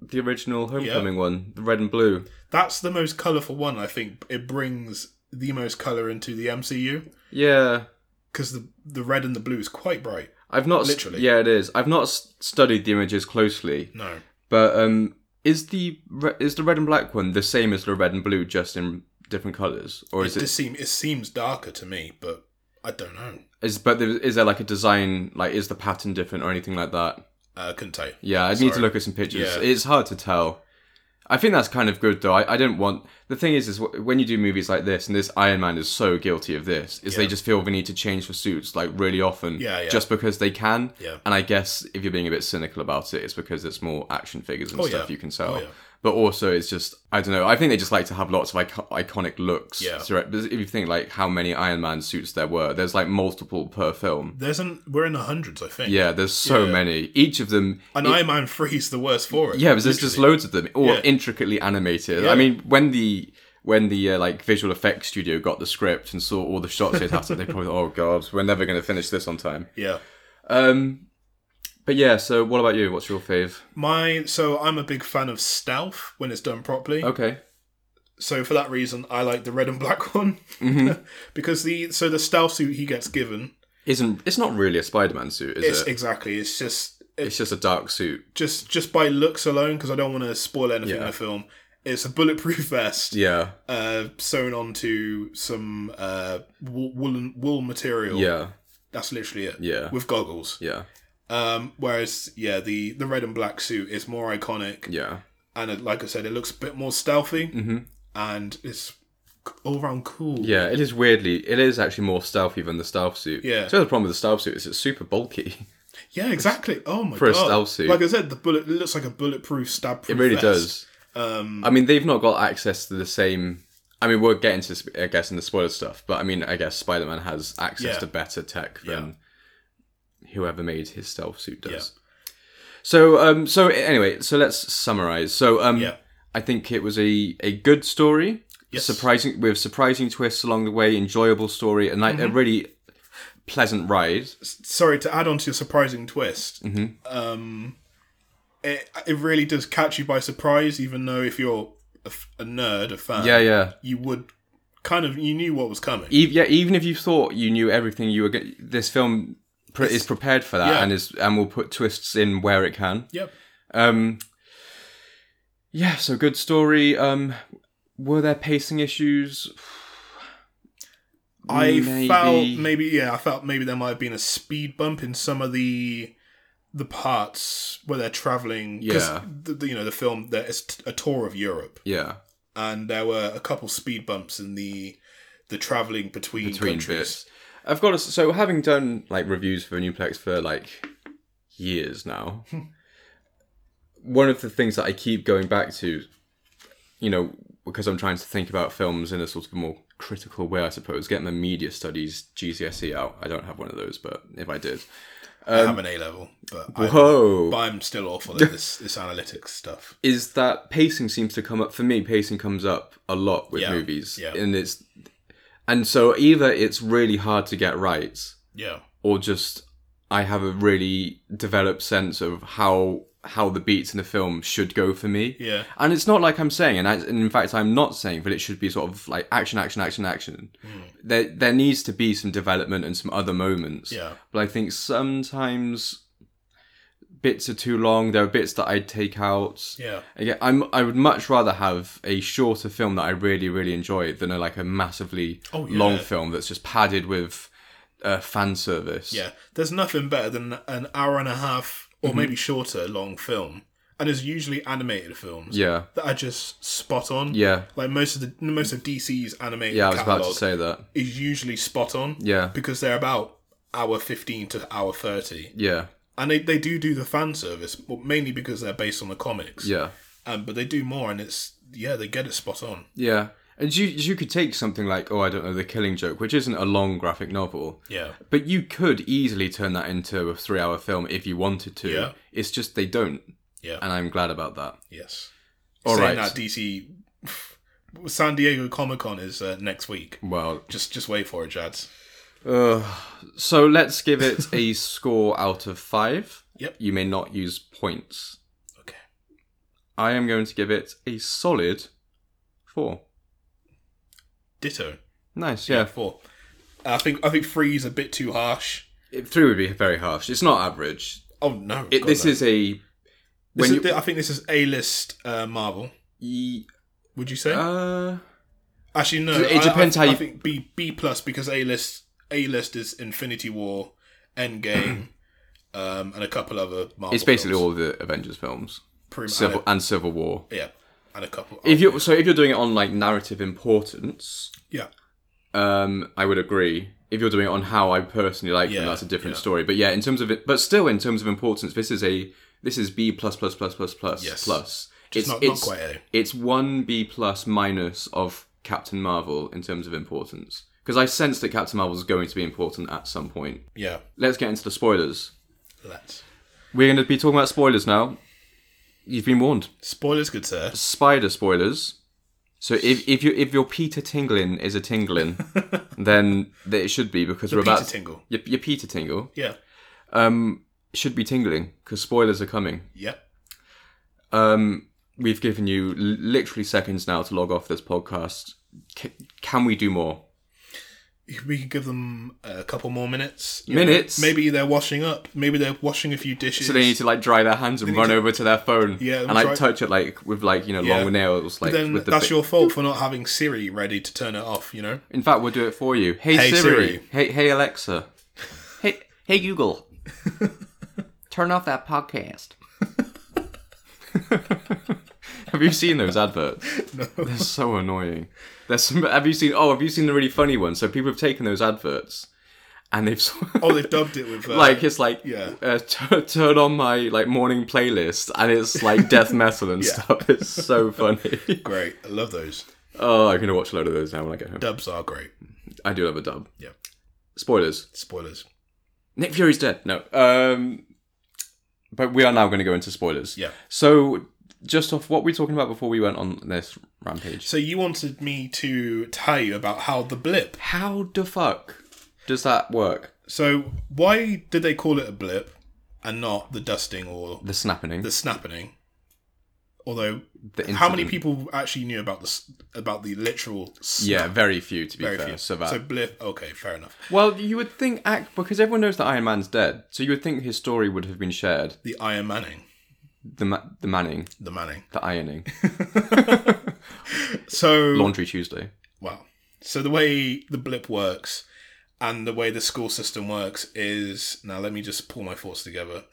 Speaker 2: the original Homecoming one, the red and blue.
Speaker 1: That's the most colourful one, I think. It brings the most colour into the MCU
Speaker 2: Yeah,
Speaker 1: because the the red and the blue is quite bright.
Speaker 2: I've not st-
Speaker 1: Literally.
Speaker 2: yeah, it is. I've not s- studied the images closely,
Speaker 1: No,
Speaker 2: but um, is the re- is the red and black one the same as the red and blue, just in different colors, or
Speaker 1: it
Speaker 2: is it?
Speaker 1: just seem it seems darker to me, but I don't know.
Speaker 2: Is but there, is there like a design? Like, is the pattern different or anything like that?
Speaker 1: Uh, I couldn't tell you.
Speaker 2: Yeah, I would need to look at some pictures.
Speaker 1: Yeah.
Speaker 2: It's hard to tell. I think that's kind of good though. I, I don't want the thing is is wh- when you do movies like this, and this Iron Man is so guilty of this, is they
Speaker 1: Yeah.
Speaker 2: just feel the need to change the suits like really often,
Speaker 1: Yeah, yeah.
Speaker 2: just because they can.
Speaker 1: Yeah.
Speaker 2: And I guess if you're being a bit cynical about it, it's because it's more action figures and
Speaker 1: Oh,
Speaker 2: stuff
Speaker 1: yeah.
Speaker 2: you can sell.
Speaker 1: Oh, yeah.
Speaker 2: But also, it's just I don't know. I think they just like to have lots of icon- iconic looks.
Speaker 1: Yeah.
Speaker 2: throughout- because If you think like how many Iron Man suits there were, there's like multiple per film.
Speaker 1: There's an we're in the hundreds, I think.
Speaker 2: Yeah, there's so
Speaker 1: Yeah.
Speaker 2: many. Each of them
Speaker 1: and Iron Man Three is the worst for it.
Speaker 2: yeah, but there's just
Speaker 1: literally.
Speaker 2: loads of them, all
Speaker 1: Yeah.
Speaker 2: intricately animated.
Speaker 1: Yeah.
Speaker 2: I mean, when the when the uh, like visual effects studio got the script and saw all the shots they'd have to, they probably thought, oh god, we're never going to finish this on time.
Speaker 1: Yeah,
Speaker 2: Um, but yeah, so what about you? What's your fave?
Speaker 1: my so I'm a big fan of stealth when it's done properly.
Speaker 2: Okay,
Speaker 1: so for that reason, I like the red and black [laughs] one
Speaker 2: Mm-hmm.
Speaker 1: because the so the stealth suit he gets given
Speaker 2: isn't it's not really a Spider-Man suit, is
Speaker 1: it's
Speaker 2: it?
Speaker 1: exactly it's just it's
Speaker 2: It's just a dark suit.
Speaker 1: just just by looks alone because I don't want to spoil anything in
Speaker 2: Yeah.
Speaker 1: the film. It's a bulletproof [laughs] vest
Speaker 2: Yeah,
Speaker 1: uh, sewn onto some uh, wool- woolen wool material.
Speaker 2: yeah,
Speaker 1: that's literally it.
Speaker 2: Yeah.
Speaker 1: with goggles.
Speaker 2: yeah,
Speaker 1: Um, whereas yeah, the the red and black suit is more iconic,
Speaker 2: yeah. Mm-hmm.
Speaker 1: and it, like I said, it looks a bit more stealthy, and it's all around cool.
Speaker 2: Yeah, it is weirdly, it is actually more stealthy than the stealth suit.
Speaker 1: Yeah.
Speaker 2: So the problem with the stealth suit is it's super bulky. [laughs]
Speaker 1: Yeah, exactly. Oh my
Speaker 2: For a
Speaker 1: god!
Speaker 2: stealth suit.
Speaker 1: like I said, the bullet it looks like a bulletproof stab.
Speaker 2: It really does.
Speaker 1: Um,
Speaker 2: I mean, they've not got access to the same. I mean, we'll get into, sp- I guess, in the spoiler stuff, but I mean, I guess Spider Man has access
Speaker 1: Yeah.
Speaker 2: to better tech
Speaker 1: Yeah.
Speaker 2: than whoever made his stealth suit does.
Speaker 1: Yeah.
Speaker 2: So, um, so anyway, so let's summarize. So, um,
Speaker 1: Yeah.
Speaker 2: I think it was a, a good story,
Speaker 1: Yes.
Speaker 2: surprising with surprising twists along the way, enjoyable story, and like a really pleasant ride.
Speaker 1: Mm-hmm. Sorry to add on to your surprising twist. Um,
Speaker 2: Mm-hmm.
Speaker 1: it it really does catch you by surprise, even though if you're a, f- a nerd, a fan,
Speaker 2: Yeah, yeah.
Speaker 1: you would kind of you knew what was coming.
Speaker 2: Ev yeah, even if you thought you knew everything you were going this film pre- is prepared for that
Speaker 1: yeah.
Speaker 2: and is and will put twists in where it can.
Speaker 1: yep.
Speaker 2: Um Yeah, so good story. Um were there pacing issues?
Speaker 1: I
Speaker 2: Maybe-
Speaker 1: felt maybe yeah, I felt maybe there might have been a speed bump in some of the the parts where they're traveling. 'cause
Speaker 2: Yeah.
Speaker 1: the, the- you know the film there is t- a tour of Europe,
Speaker 2: Yeah.
Speaker 1: and there were a couple speed bumps in the the traveling between,
Speaker 2: between
Speaker 1: countries.
Speaker 2: bits. I've got to, so having done like reviews for Nuplex for like years
Speaker 1: [laughs]
Speaker 2: now. one of the things that I keep going back to, you know, because I'm trying to think about films in a sort of more critical way, I suppose. Get my media studies GCSE E out. I don't have one of those, but if I did,
Speaker 1: I have an A level, but I'm,
Speaker 2: Um, whoa,
Speaker 1: but I'm still awful at this this analytics stuff.
Speaker 2: is that pacing seems to come up for me pacing comes up a lot with
Speaker 1: Yeah,
Speaker 2: movies
Speaker 1: yeah.
Speaker 2: and it's and so either it's really hard to get right
Speaker 1: Yeah,
Speaker 2: or just i have a really developed sense of how how the beats in the film should go for me
Speaker 1: Yeah.
Speaker 2: and it's not like i'm saying and, I, and in fact i'm not saying that it should be sort of like action action action action
Speaker 1: Hmm.
Speaker 2: there there needs to be some development and some other moments
Speaker 1: Yeah.
Speaker 2: but i think sometimes bits are too long there are bits that i'd take out
Speaker 1: yeah,
Speaker 2: Again, I'm I would much rather have a shorter film that I really really enjoy than a, like a massively
Speaker 1: Oh, yeah.
Speaker 2: long film that's just padded with uh, fan service.
Speaker 1: yeah. There's nothing better than an hour and a half or
Speaker 2: Mm-hmm.
Speaker 1: maybe shorter long film, and it's usually animated films.
Speaker 2: yeah,
Speaker 1: that are just spot on.
Speaker 2: yeah,
Speaker 1: Like most of the most of DC's animated
Speaker 2: yeah. I was about to
Speaker 1: catalog
Speaker 2: say that.
Speaker 1: is usually spot on.
Speaker 2: Yeah.
Speaker 1: because they're about hour fifteen to hour thirty,
Speaker 2: Yeah,
Speaker 1: and they, they do do the fan service, but mainly because they're based on the comics.
Speaker 2: yeah,
Speaker 1: um, but they do more, and it's yeah they get it spot on.
Speaker 2: yeah. And you you could take something like oh I don't know the Killing Joke, which isn't a long graphic novel.
Speaker 1: Yeah,
Speaker 2: But you could easily turn that into a three-hour film if you wanted to.
Speaker 1: Yeah.
Speaker 2: It's just they don't,
Speaker 1: yeah,
Speaker 2: and I'm glad about that.
Speaker 1: yes.
Speaker 2: All
Speaker 1: Saying
Speaker 2: right.
Speaker 1: that DC [sighs] San Diego Comic Con is uh, next week.
Speaker 2: Well,
Speaker 1: Just just wait for it, Jads.
Speaker 2: [sighs] So let's give it
Speaker 1: [laughs]
Speaker 2: a score out of five.
Speaker 1: Yep.
Speaker 2: You may not use points.
Speaker 1: Okay.
Speaker 2: I am going to give it a solid four.
Speaker 1: Ditto.
Speaker 2: Nice, yeah.
Speaker 1: Four. I think I think three is a bit too harsh.
Speaker 2: It- Three would be very harsh. It's not average.
Speaker 1: Oh no!
Speaker 2: It,
Speaker 1: God,
Speaker 2: this
Speaker 1: no.
Speaker 2: is a.
Speaker 1: This
Speaker 2: When
Speaker 1: is, I think this is A list uh, Marvel.
Speaker 2: you,
Speaker 1: Would you say?
Speaker 2: uh,
Speaker 1: Actually, no.
Speaker 2: it
Speaker 1: I-
Speaker 2: depends
Speaker 1: I,
Speaker 2: how
Speaker 1: I
Speaker 2: you-
Speaker 1: think B B plus because A list A list is Infinity War,
Speaker 2: [clears throat]
Speaker 1: Endgame, um, and a couple other Marvel.
Speaker 2: it's basically
Speaker 1: films.
Speaker 2: all the Avengers films,
Speaker 1: Pretty much-
Speaker 2: Civil
Speaker 1: and
Speaker 2: and Civil War.
Speaker 1: a- yeah, and a couple.
Speaker 2: If you so, if you're doing it on like narrative importance,
Speaker 1: yeah,
Speaker 2: Um, I would agree. If you're doing it on how I personally like
Speaker 1: Yeah,
Speaker 2: them, that's a different
Speaker 1: yeah.
Speaker 2: story. But yeah, in terms of it, but still in terms of importance, this is a this is B plus plus plus plus plus
Speaker 1: Yes.
Speaker 2: plus.
Speaker 1: Just not- not quite A.
Speaker 2: It's one B plus minus of Captain Marvel in terms of importance because I sense that Captain Marvel is going to be important at some point.
Speaker 1: yeah.
Speaker 2: Let's get into the spoilers.
Speaker 1: Let's
Speaker 2: We're going to be talking about spoilers now. You've been warned.
Speaker 1: spoilers, good sir.
Speaker 2: Spider spoilers. So if if you if your Peter Tinglin is a
Speaker 1: [laughs]
Speaker 2: tinglin, then it should be because we're
Speaker 1: Peter
Speaker 2: about
Speaker 1: Tingle.
Speaker 2: your, your Peter Tingle
Speaker 1: Yeah,
Speaker 2: should be tingling because spoilers are coming.
Speaker 1: yeah.
Speaker 2: Um, we've given you l- literally seconds now to log off this podcast. C- can we do more?
Speaker 1: We could give them a couple more minutes. You
Speaker 2: Minutes?
Speaker 1: know, maybe they're washing up. Maybe they're washing a few dishes.
Speaker 2: So they need to like dry their hands and run
Speaker 1: to-
Speaker 2: over to their phone,
Speaker 1: Yeah,
Speaker 2: and
Speaker 1: that's
Speaker 2: like
Speaker 1: right.
Speaker 2: touch it like with like you know
Speaker 1: Yeah.
Speaker 2: long nails, like
Speaker 1: then
Speaker 2: with the
Speaker 1: that's
Speaker 2: bi-
Speaker 1: your fault for not having Siri ready to turn it off. You know.
Speaker 2: In fact, we'll do it for you. Hey,
Speaker 1: Hey,
Speaker 2: Siri.
Speaker 1: Siri.
Speaker 2: Hey, hey
Speaker 1: [laughs]
Speaker 2: Alexa. Hey, hey Google. Turn off that podcast. have you seen those adverts?
Speaker 1: [laughs]
Speaker 2: They're so annoying. There's some. Have you seen? Oh, have you seen the really funny one? So people have taken those adverts, and they've s- [laughs]
Speaker 1: Oh, they've dubbed it with [laughs] uh,
Speaker 2: like it's like
Speaker 1: yeah.
Speaker 2: uh, [laughs] tu- turn on my like morning playlist, and
Speaker 1: [laughs]
Speaker 2: it's like death metal and stuff. It's so funny.
Speaker 1: great. I love those
Speaker 2: oh, I'm gonna watch a load of those now when I get home.
Speaker 1: dubs are great.
Speaker 2: I do love a dub.
Speaker 1: Yeah.
Speaker 2: Spoilers.
Speaker 1: Spoilers.
Speaker 2: Nick Fury's dead. No. Um, but we are now going to go into spoilers.
Speaker 1: Yeah.
Speaker 2: So, just off what we were talking about before we went on this rampage.
Speaker 1: So you wanted me to tell you about how the blip.
Speaker 2: how the fuck does that work?
Speaker 1: So why did they call it a blip and not the dusting or
Speaker 2: The snapping.
Speaker 1: the snapping? Although,
Speaker 2: The
Speaker 1: how many
Speaker 2: incident.
Speaker 1: people actually knew about the s- about the literal? Snap?
Speaker 2: yeah, very few to be
Speaker 1: very
Speaker 2: fair.
Speaker 1: few.
Speaker 2: So that.
Speaker 1: blip. Okay, fair enough.
Speaker 2: well, you would think act because everyone knows that Iron Man's dead, so you would think his story would have been shared.
Speaker 1: The Iron Manning,
Speaker 2: The ma- the Manning,
Speaker 1: the Manning. [laughs]
Speaker 2: the ironing,
Speaker 1: So
Speaker 2: Laundry Tuesday.
Speaker 1: Wow. So the way the blip works and the way the school system works is now let me just pull my thoughts together.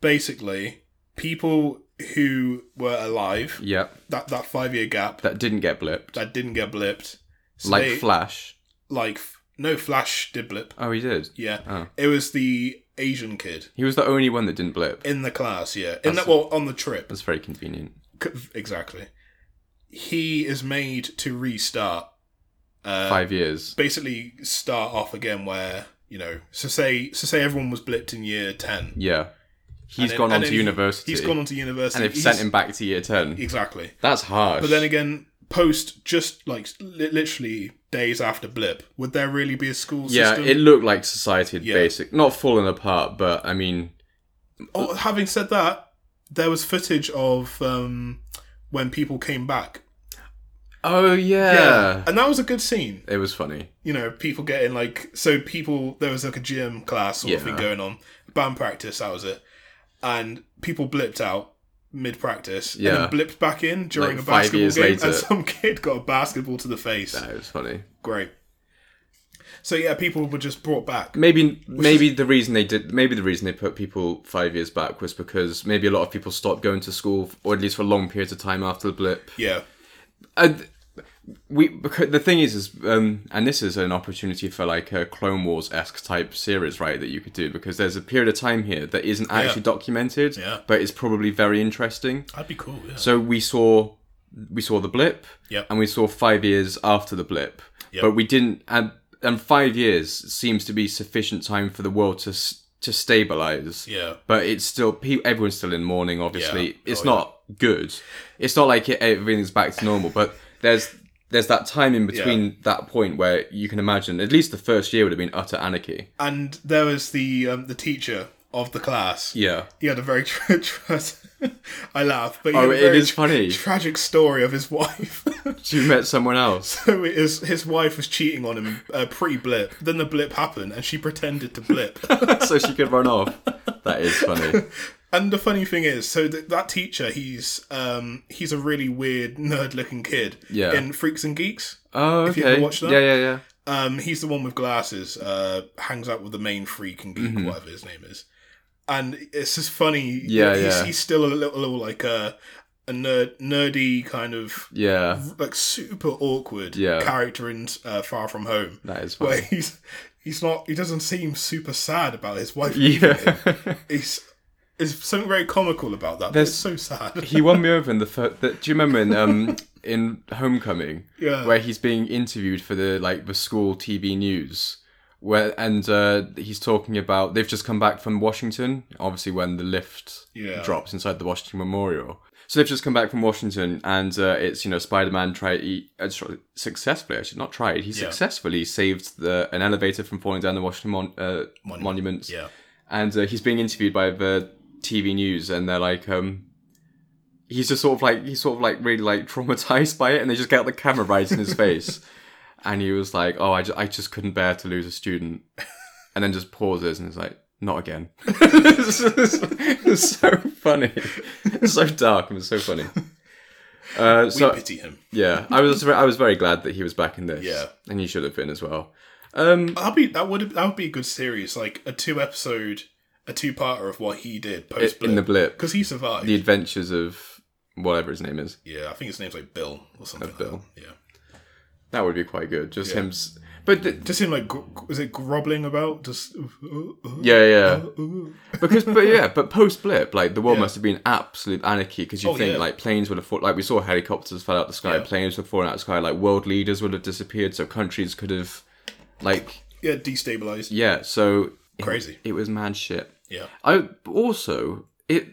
Speaker 1: basically people who were alive
Speaker 2: Yep.
Speaker 1: that that five year gap
Speaker 2: That didn't get blipped.
Speaker 1: that didn't get blipped. So
Speaker 2: like
Speaker 1: they-
Speaker 2: Flash.
Speaker 1: Like f- no, Flash did blip.
Speaker 2: Oh, he did.
Speaker 1: Yeah,
Speaker 2: Oh.
Speaker 1: it was the Asian kid
Speaker 2: He was the only one that didn't blip.
Speaker 1: in the class. Yeah, in that well on the trip
Speaker 2: That's very convenient.
Speaker 1: C- exactly. He is made to restart. Uh,
Speaker 2: Five years.
Speaker 1: Basically, start off again where you know. So say so say everyone was blipped in year ten.
Speaker 2: Yeah.
Speaker 1: And
Speaker 2: He's
Speaker 1: then-
Speaker 2: gone
Speaker 1: and
Speaker 2: on
Speaker 1: then
Speaker 2: to
Speaker 1: he-
Speaker 2: university.
Speaker 1: He's gone on to university.
Speaker 2: and they've
Speaker 1: he's-
Speaker 2: sent him back to year 10.
Speaker 1: Exactly.
Speaker 2: That's harsh.
Speaker 1: But then again, post just like li- literally days after blip, would there really be a school
Speaker 2: yeah,
Speaker 1: system?
Speaker 2: it looked like society had
Speaker 1: Yeah.
Speaker 2: basic. Not fallen apart, but I mean,
Speaker 1: Oh, having said that, there was footage of um, when people came back.
Speaker 2: oh yeah.
Speaker 1: and that was a good scene.
Speaker 2: It was funny.
Speaker 1: You know, people getting like so people. There was like a gym class sort of thing
Speaker 2: Yeah.
Speaker 1: going on, band practice. That was it, and people blipped out mid practice. and
Speaker 2: Yeah.
Speaker 1: then blipped back in during
Speaker 2: Like
Speaker 1: a
Speaker 2: five
Speaker 1: basketball
Speaker 2: years
Speaker 1: game,
Speaker 2: later.
Speaker 1: and [laughs] some kid got a basketball to the face.
Speaker 2: It was funny.
Speaker 1: Great. So yeah, people were just brought back.
Speaker 2: Maybe maybe the reason they did maybe the reason they put people five years back was because maybe a lot of people stopped going to school or at least for long periods of time after the blip.
Speaker 1: Yeah,
Speaker 2: Uh, th- we because the thing is is um and this is an opportunity for like a Clone Wars esque type series right that you could do because there's a period of time here that isn't actually documented
Speaker 1: Yeah.
Speaker 2: but it's probably very interesting.
Speaker 1: that'd be cool. Yeah.
Speaker 2: So we saw we saw the blip,
Speaker 1: Yep.
Speaker 2: and we saw five years after the blip,
Speaker 1: Yep.
Speaker 2: but we didn't. And, and five years seems to be sufficient time for the world to s- to stabilize.
Speaker 1: Yeah.
Speaker 2: but it's still pe- everyone's still in mourning. Obviously,
Speaker 1: Yeah.
Speaker 2: it's
Speaker 1: Oh,
Speaker 2: not good. It's not like it, everything's back to normal, but there's. There's that time in between that point where you can imagine at least the first year would have been utter anarchy.
Speaker 1: and there was the um, the teacher of the class.
Speaker 2: Yeah.
Speaker 1: he had a very [laughs] tra- tra- I laugh, but he
Speaker 2: Oh,
Speaker 1: had a
Speaker 2: it
Speaker 1: very
Speaker 2: is funny.
Speaker 1: Tragic story of his [laughs] wife.
Speaker 2: You met someone else. [laughs]
Speaker 1: so [laughs] his his wife was cheating on him uh, pre blip. Then the blip happened, and she pretended to
Speaker 2: [laughs]
Speaker 1: blip.
Speaker 2: so she could run off. That is
Speaker 1: [laughs]
Speaker 2: funny.
Speaker 1: and the funny thing is, so th- that teacher, he's um he's a really weird nerd looking kid.
Speaker 2: Yeah.
Speaker 1: in Freaks and Geeks.
Speaker 2: Oh, okay.
Speaker 1: If you ever watch that.
Speaker 2: Yeah, yeah, yeah.
Speaker 1: Um, he's the one with glasses. Uh, hangs out with the main freak and
Speaker 2: Mm-hmm.
Speaker 1: geek, whatever his name is. And it's just funny.
Speaker 2: Yeah,
Speaker 1: he's,
Speaker 2: yeah.
Speaker 1: he's still a little, little like a a nerd, nerdy kind of
Speaker 2: Yeah.
Speaker 1: like super awkward
Speaker 2: Yeah.
Speaker 1: character in uh, Far From Home.
Speaker 2: That is
Speaker 1: where
Speaker 2: funny.
Speaker 1: he's he's not he doesn't seem super sad about his wife.
Speaker 2: Yeah.
Speaker 1: He's there's something very comical about that. but
Speaker 2: There's-
Speaker 1: it's so sad.
Speaker 2: [laughs] he won me over in the first. The, do you remember in um in Homecoming?
Speaker 1: Yeah.
Speaker 2: Where he's being interviewed for the like the school TV news. Where and uh, he's talking about they've just come back from Washington, obviously when the lift
Speaker 1: Yeah.
Speaker 2: drops inside the Washington Memorial. So they've just come back from Washington, and uh, it's you know Spider-Man tried he, uh, sorry, successfully. Actually, not tried. He successfully saved the an elevator from falling down the Washington mon- uh, monument.
Speaker 1: yeah.
Speaker 2: and uh, he's being interviewed by the TV news, and they're like, um, he's just sort of like he's sort of like really like traumatized by it, and they just get the camera
Speaker 1: [laughs]
Speaker 2: right in his face, and he was like, oh, I just, I just couldn't bear to lose a student, and then just pauses and is like, not again. [laughs] it's so funny, it's so dark and it's so funny. Uh,
Speaker 1: We
Speaker 2: so
Speaker 1: pity him.
Speaker 2: yeah, I was I was very glad that he was back in this.
Speaker 1: Yeah.
Speaker 2: and he should have been as well. Um,
Speaker 1: That'd be that would that would be a good series, like a two episode, a two parter of what he did post blip.
Speaker 2: in the blip,
Speaker 1: because he survived.
Speaker 2: the adventures of whatever his name is.
Speaker 1: yeah, I think his name's like Bill or something. Like
Speaker 2: Bill.
Speaker 1: that. Yeah,
Speaker 2: That would be quite good. Just him him. s- But th-
Speaker 1: just him like gro- was it groveling about just [laughs] uh, uh,
Speaker 2: yeah, yeah.
Speaker 1: [laughs]
Speaker 2: because but yeah, but post blip, like the world must have been absolute anarchy because you
Speaker 1: Oh,
Speaker 2: think
Speaker 1: yeah.
Speaker 2: like planes would have fall- like we saw helicopters fell out the sky,
Speaker 1: Yeah.
Speaker 2: planes were falling out the sky, like world leaders would have disappeared, so countries could have like
Speaker 1: yeah destabilized.
Speaker 2: yeah. So it-
Speaker 1: Crazy.
Speaker 2: It, was mad shit.
Speaker 1: Yeah,
Speaker 2: I also it.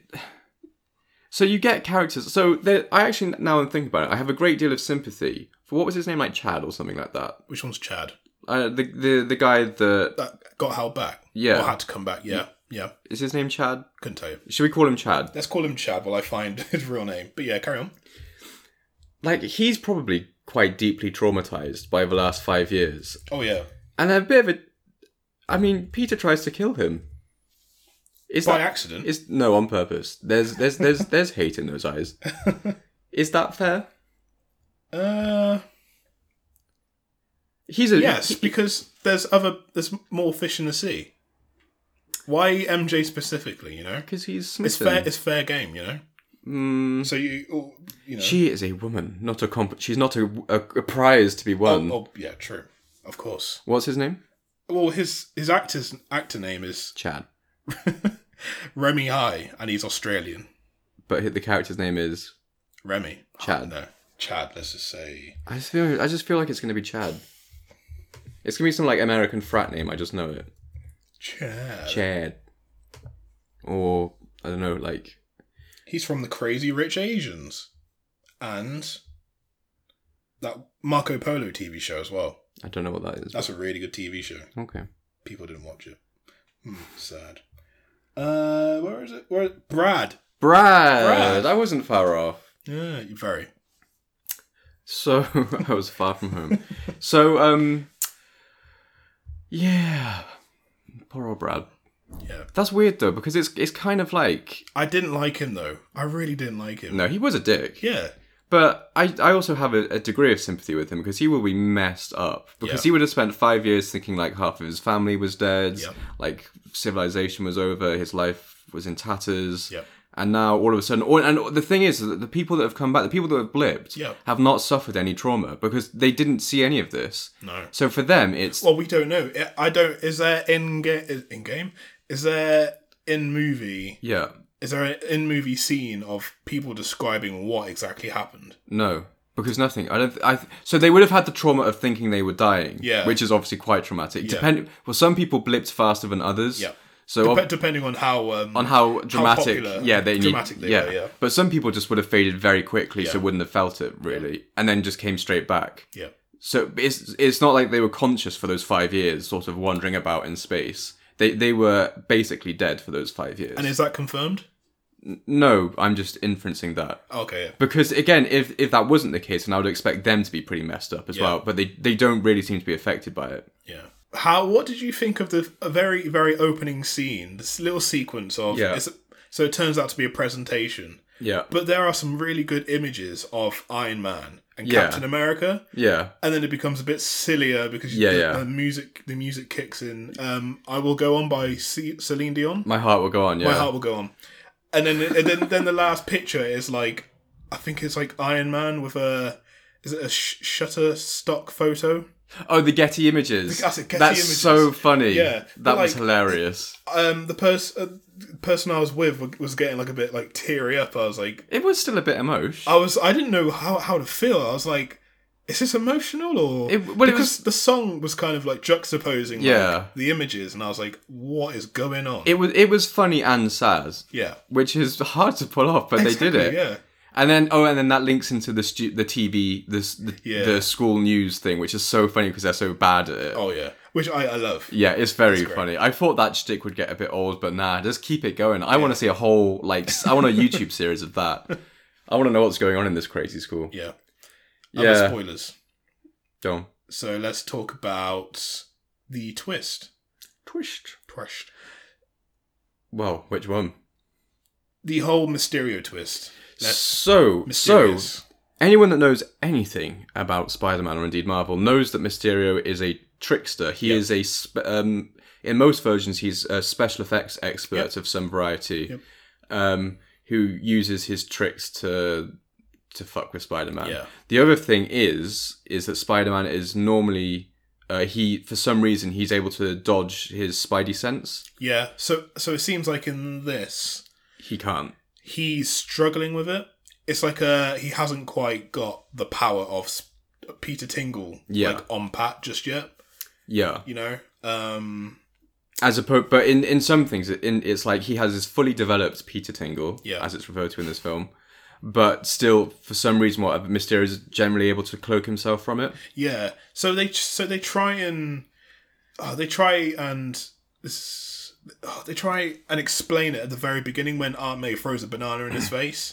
Speaker 2: So you get characters. So there, I actually now I'm thinking about it. I have a great deal of sympathy for what was his name, like Chad or something like that.
Speaker 1: which one's Chad?
Speaker 2: Uh, the the the guy that
Speaker 1: That got held back.
Speaker 2: Yeah.
Speaker 1: or had to come back. Yeah, yeah.
Speaker 2: is his name Chad.
Speaker 1: Couldn't tell you.
Speaker 2: Should we call him Chad?
Speaker 1: Let's call him Chad while I find [laughs] his real name. But yeah, carry on.
Speaker 2: Like he's probably quite deeply traumatized by the last five years,
Speaker 1: Oh yeah,
Speaker 2: and a bit of a. I mean, Peter tries to kill him. Is
Speaker 1: by
Speaker 2: that
Speaker 1: accident.
Speaker 2: is no on purpose? There's
Speaker 1: [laughs]
Speaker 2: there's there's there's hate in those eyes. Is that fair?
Speaker 1: uh,
Speaker 2: He's a
Speaker 1: yes, because there's other there's more fish in the sea. Why MJ specifically? You know,
Speaker 2: Because he's
Speaker 1: it's
Speaker 2: smitten.
Speaker 1: fair. It's fair game. You know. So you, oh, you know.
Speaker 2: Hmm. she is a woman, not a comp. She's not a, a, a prize to be won.
Speaker 1: oh, yeah, true. Of course.
Speaker 2: What's his name?
Speaker 1: Well, his his actor's actor name is
Speaker 2: Chad.
Speaker 1: Remy High, and he's Australian.
Speaker 2: But the character's name is.
Speaker 1: Remy.
Speaker 2: Chad.
Speaker 1: Oh, no, Chad. Let's just say.
Speaker 2: I just feel. I just feel like it's gonna be Chad. It's gonna be some like American frat name. I just know it.
Speaker 1: Chad.
Speaker 2: Chad. Or I don't know, like
Speaker 1: He's from the Crazy Rich Asians, and that Marco Polo TV show as well.
Speaker 2: I don't know what that is.
Speaker 1: That's a really good TV show.
Speaker 2: okay.
Speaker 1: People didn't watch it. Hmm, sad. Uh, where is it? Where Brad?
Speaker 2: Brad.
Speaker 1: Brad.
Speaker 2: I wasn't far off.
Speaker 1: Yeah, very.
Speaker 2: So [laughs] I was far from home. so um, yeah, poor old Brad.
Speaker 1: Yeah.
Speaker 2: That's weird though because it's it's kind of like
Speaker 1: I didn't like him though. I really didn't like him.
Speaker 2: no, he was a dick.
Speaker 1: Yeah.
Speaker 2: But I, I also have a, a degree of sympathy with him because he will be messed up. Because
Speaker 1: Yeah.
Speaker 2: he would have spent five years thinking like half of his family was dead,
Speaker 1: Yep.
Speaker 2: like civilization was over, his life was in tatters.
Speaker 1: Yep.
Speaker 2: And now all of a sudden, all, and the thing is, that the people that have come back, the people that have blipped,
Speaker 1: Yep.
Speaker 2: have not suffered any trauma because they didn't see any of this.
Speaker 1: No.
Speaker 2: So for them, it's
Speaker 1: Well, we don't know. I- I don't. Is there in game? In game? Is there in movie?
Speaker 2: yeah,
Speaker 1: Is there an in movie scene of people describing what exactly happened?
Speaker 2: no, because nothing. I don't. Th- I th- so they would have had the trauma of thinking they were dying,
Speaker 1: Yeah.
Speaker 2: which is obviously quite traumatic.
Speaker 1: Yeah.
Speaker 2: Depend. Well, some people blipped faster than others.
Speaker 1: Yeah.
Speaker 2: So ob-
Speaker 1: Dep- depending on how um,
Speaker 2: on how dramatic
Speaker 1: popular-
Speaker 2: yeah they need
Speaker 1: dramatic they
Speaker 2: yeah.
Speaker 1: were, yeah.
Speaker 2: but some people just would have faded very quickly so
Speaker 1: Yeah.
Speaker 2: wouldn't have felt it really and then just came straight back
Speaker 1: yeah.
Speaker 2: so it's it's not like they were conscious for those 5 years sort of wandering about in space they they were basically dead for those 5 years
Speaker 1: And is that confirmed? Oh,
Speaker 2: no i'm just inferencing that
Speaker 1: Okay. Yeah.
Speaker 2: because again if if that wasn't the case then i would expect them to be pretty messed up as
Speaker 1: Yeah.
Speaker 2: well but they they don't really seem to be affected by it
Speaker 1: Yeah. How? What did you think of the a very very opening scene? This little sequence of
Speaker 2: Yeah.
Speaker 1: it's- so it turns out to be a presentation,
Speaker 2: yeah
Speaker 1: but there are some really good images of Iron Man and
Speaker 2: Yeah.
Speaker 1: Captain America,
Speaker 2: yeah
Speaker 1: and then it becomes a bit sillier because
Speaker 2: Yeah,
Speaker 1: the,
Speaker 2: yeah.
Speaker 1: the music the music kicks in. Um, I will go on by C- Celine Dion.
Speaker 2: my heart will go on yeah
Speaker 1: My heart will go on. And then and then then the last picture is like I think it's like Iron Man with a is it a sh- shutter stock photo?
Speaker 2: oh the getty images
Speaker 1: That's it, Getty
Speaker 2: that's
Speaker 1: Images.
Speaker 2: so funny
Speaker 1: Yeah,
Speaker 2: that
Speaker 1: but
Speaker 2: was
Speaker 1: like-
Speaker 2: hilarious
Speaker 1: Um, the person uh, the person I was with wa- was getting like a bit like teary up. I was like,
Speaker 2: It was still a bit emotional.
Speaker 1: I was I didn't know how how to feel. I was like. Is this emotional or
Speaker 2: It- well, it
Speaker 1: because
Speaker 2: was-
Speaker 1: the song was kind of like juxtaposing like,
Speaker 2: Yeah.
Speaker 1: the images, and I was like, "What is going on?"
Speaker 2: It was it was funny and sad,
Speaker 1: yeah,
Speaker 2: which is hard to pull off, but they did it.
Speaker 1: Exactly, Yeah,
Speaker 2: And then oh, and then that links into the stu- the TV the s- the,
Speaker 1: Yeah.
Speaker 2: the school news thing, which is so funny because they're so bad at it.
Speaker 1: oh yeah, which I, I love.
Speaker 2: Yeah, it's very funny. I thought that shtick would get a bit old, but nah, just keep it going. I want to see a whole like s- I want a
Speaker 1: [laughs]
Speaker 2: YouTube series of that. I want to know what's going on in this crazy school.
Speaker 1: Yeah, yeah.
Speaker 2: Yeah,
Speaker 1: spoilers.
Speaker 2: don't
Speaker 1: So let's talk about the twist.
Speaker 2: twist.
Speaker 1: Twist.
Speaker 2: Well, which one?
Speaker 1: The whole Mysterio twist. Let's
Speaker 2: so so
Speaker 1: Uh, Mysterious.
Speaker 2: Anyone that knows anything about Spider-Man or indeed Marvel knows that Mysterio is a trickster. He is a sp- um, in most versions he's a special effects expert of some variety, um, who uses his tricks to to fuck with Spider-Man.
Speaker 1: Yeah.
Speaker 2: The other thing is is that Spider-Man is normally uh, he for some reason he's able to dodge his Spidey sense.
Speaker 1: yeah. So so it seems like in this
Speaker 2: He can't.
Speaker 1: he's struggling with it. It's like uh he hasn't quite got the power of S- Peter Tingle
Speaker 2: Yeah.
Speaker 1: like on Pat just yet.
Speaker 2: Yeah.
Speaker 1: You know. Um.
Speaker 2: as opposed but in in some things it- in it's like he has his fully developed peter tingle
Speaker 1: Yeah.
Speaker 2: as it's referred to in this film but still for some reason what mysterio is generally able to cloak himself from it
Speaker 1: Yeah. So they so they try and oh, they try and this, oh, they try and explain it at the very beginning when Aunt May throws a banana in
Speaker 2: [laughs]
Speaker 1: his face,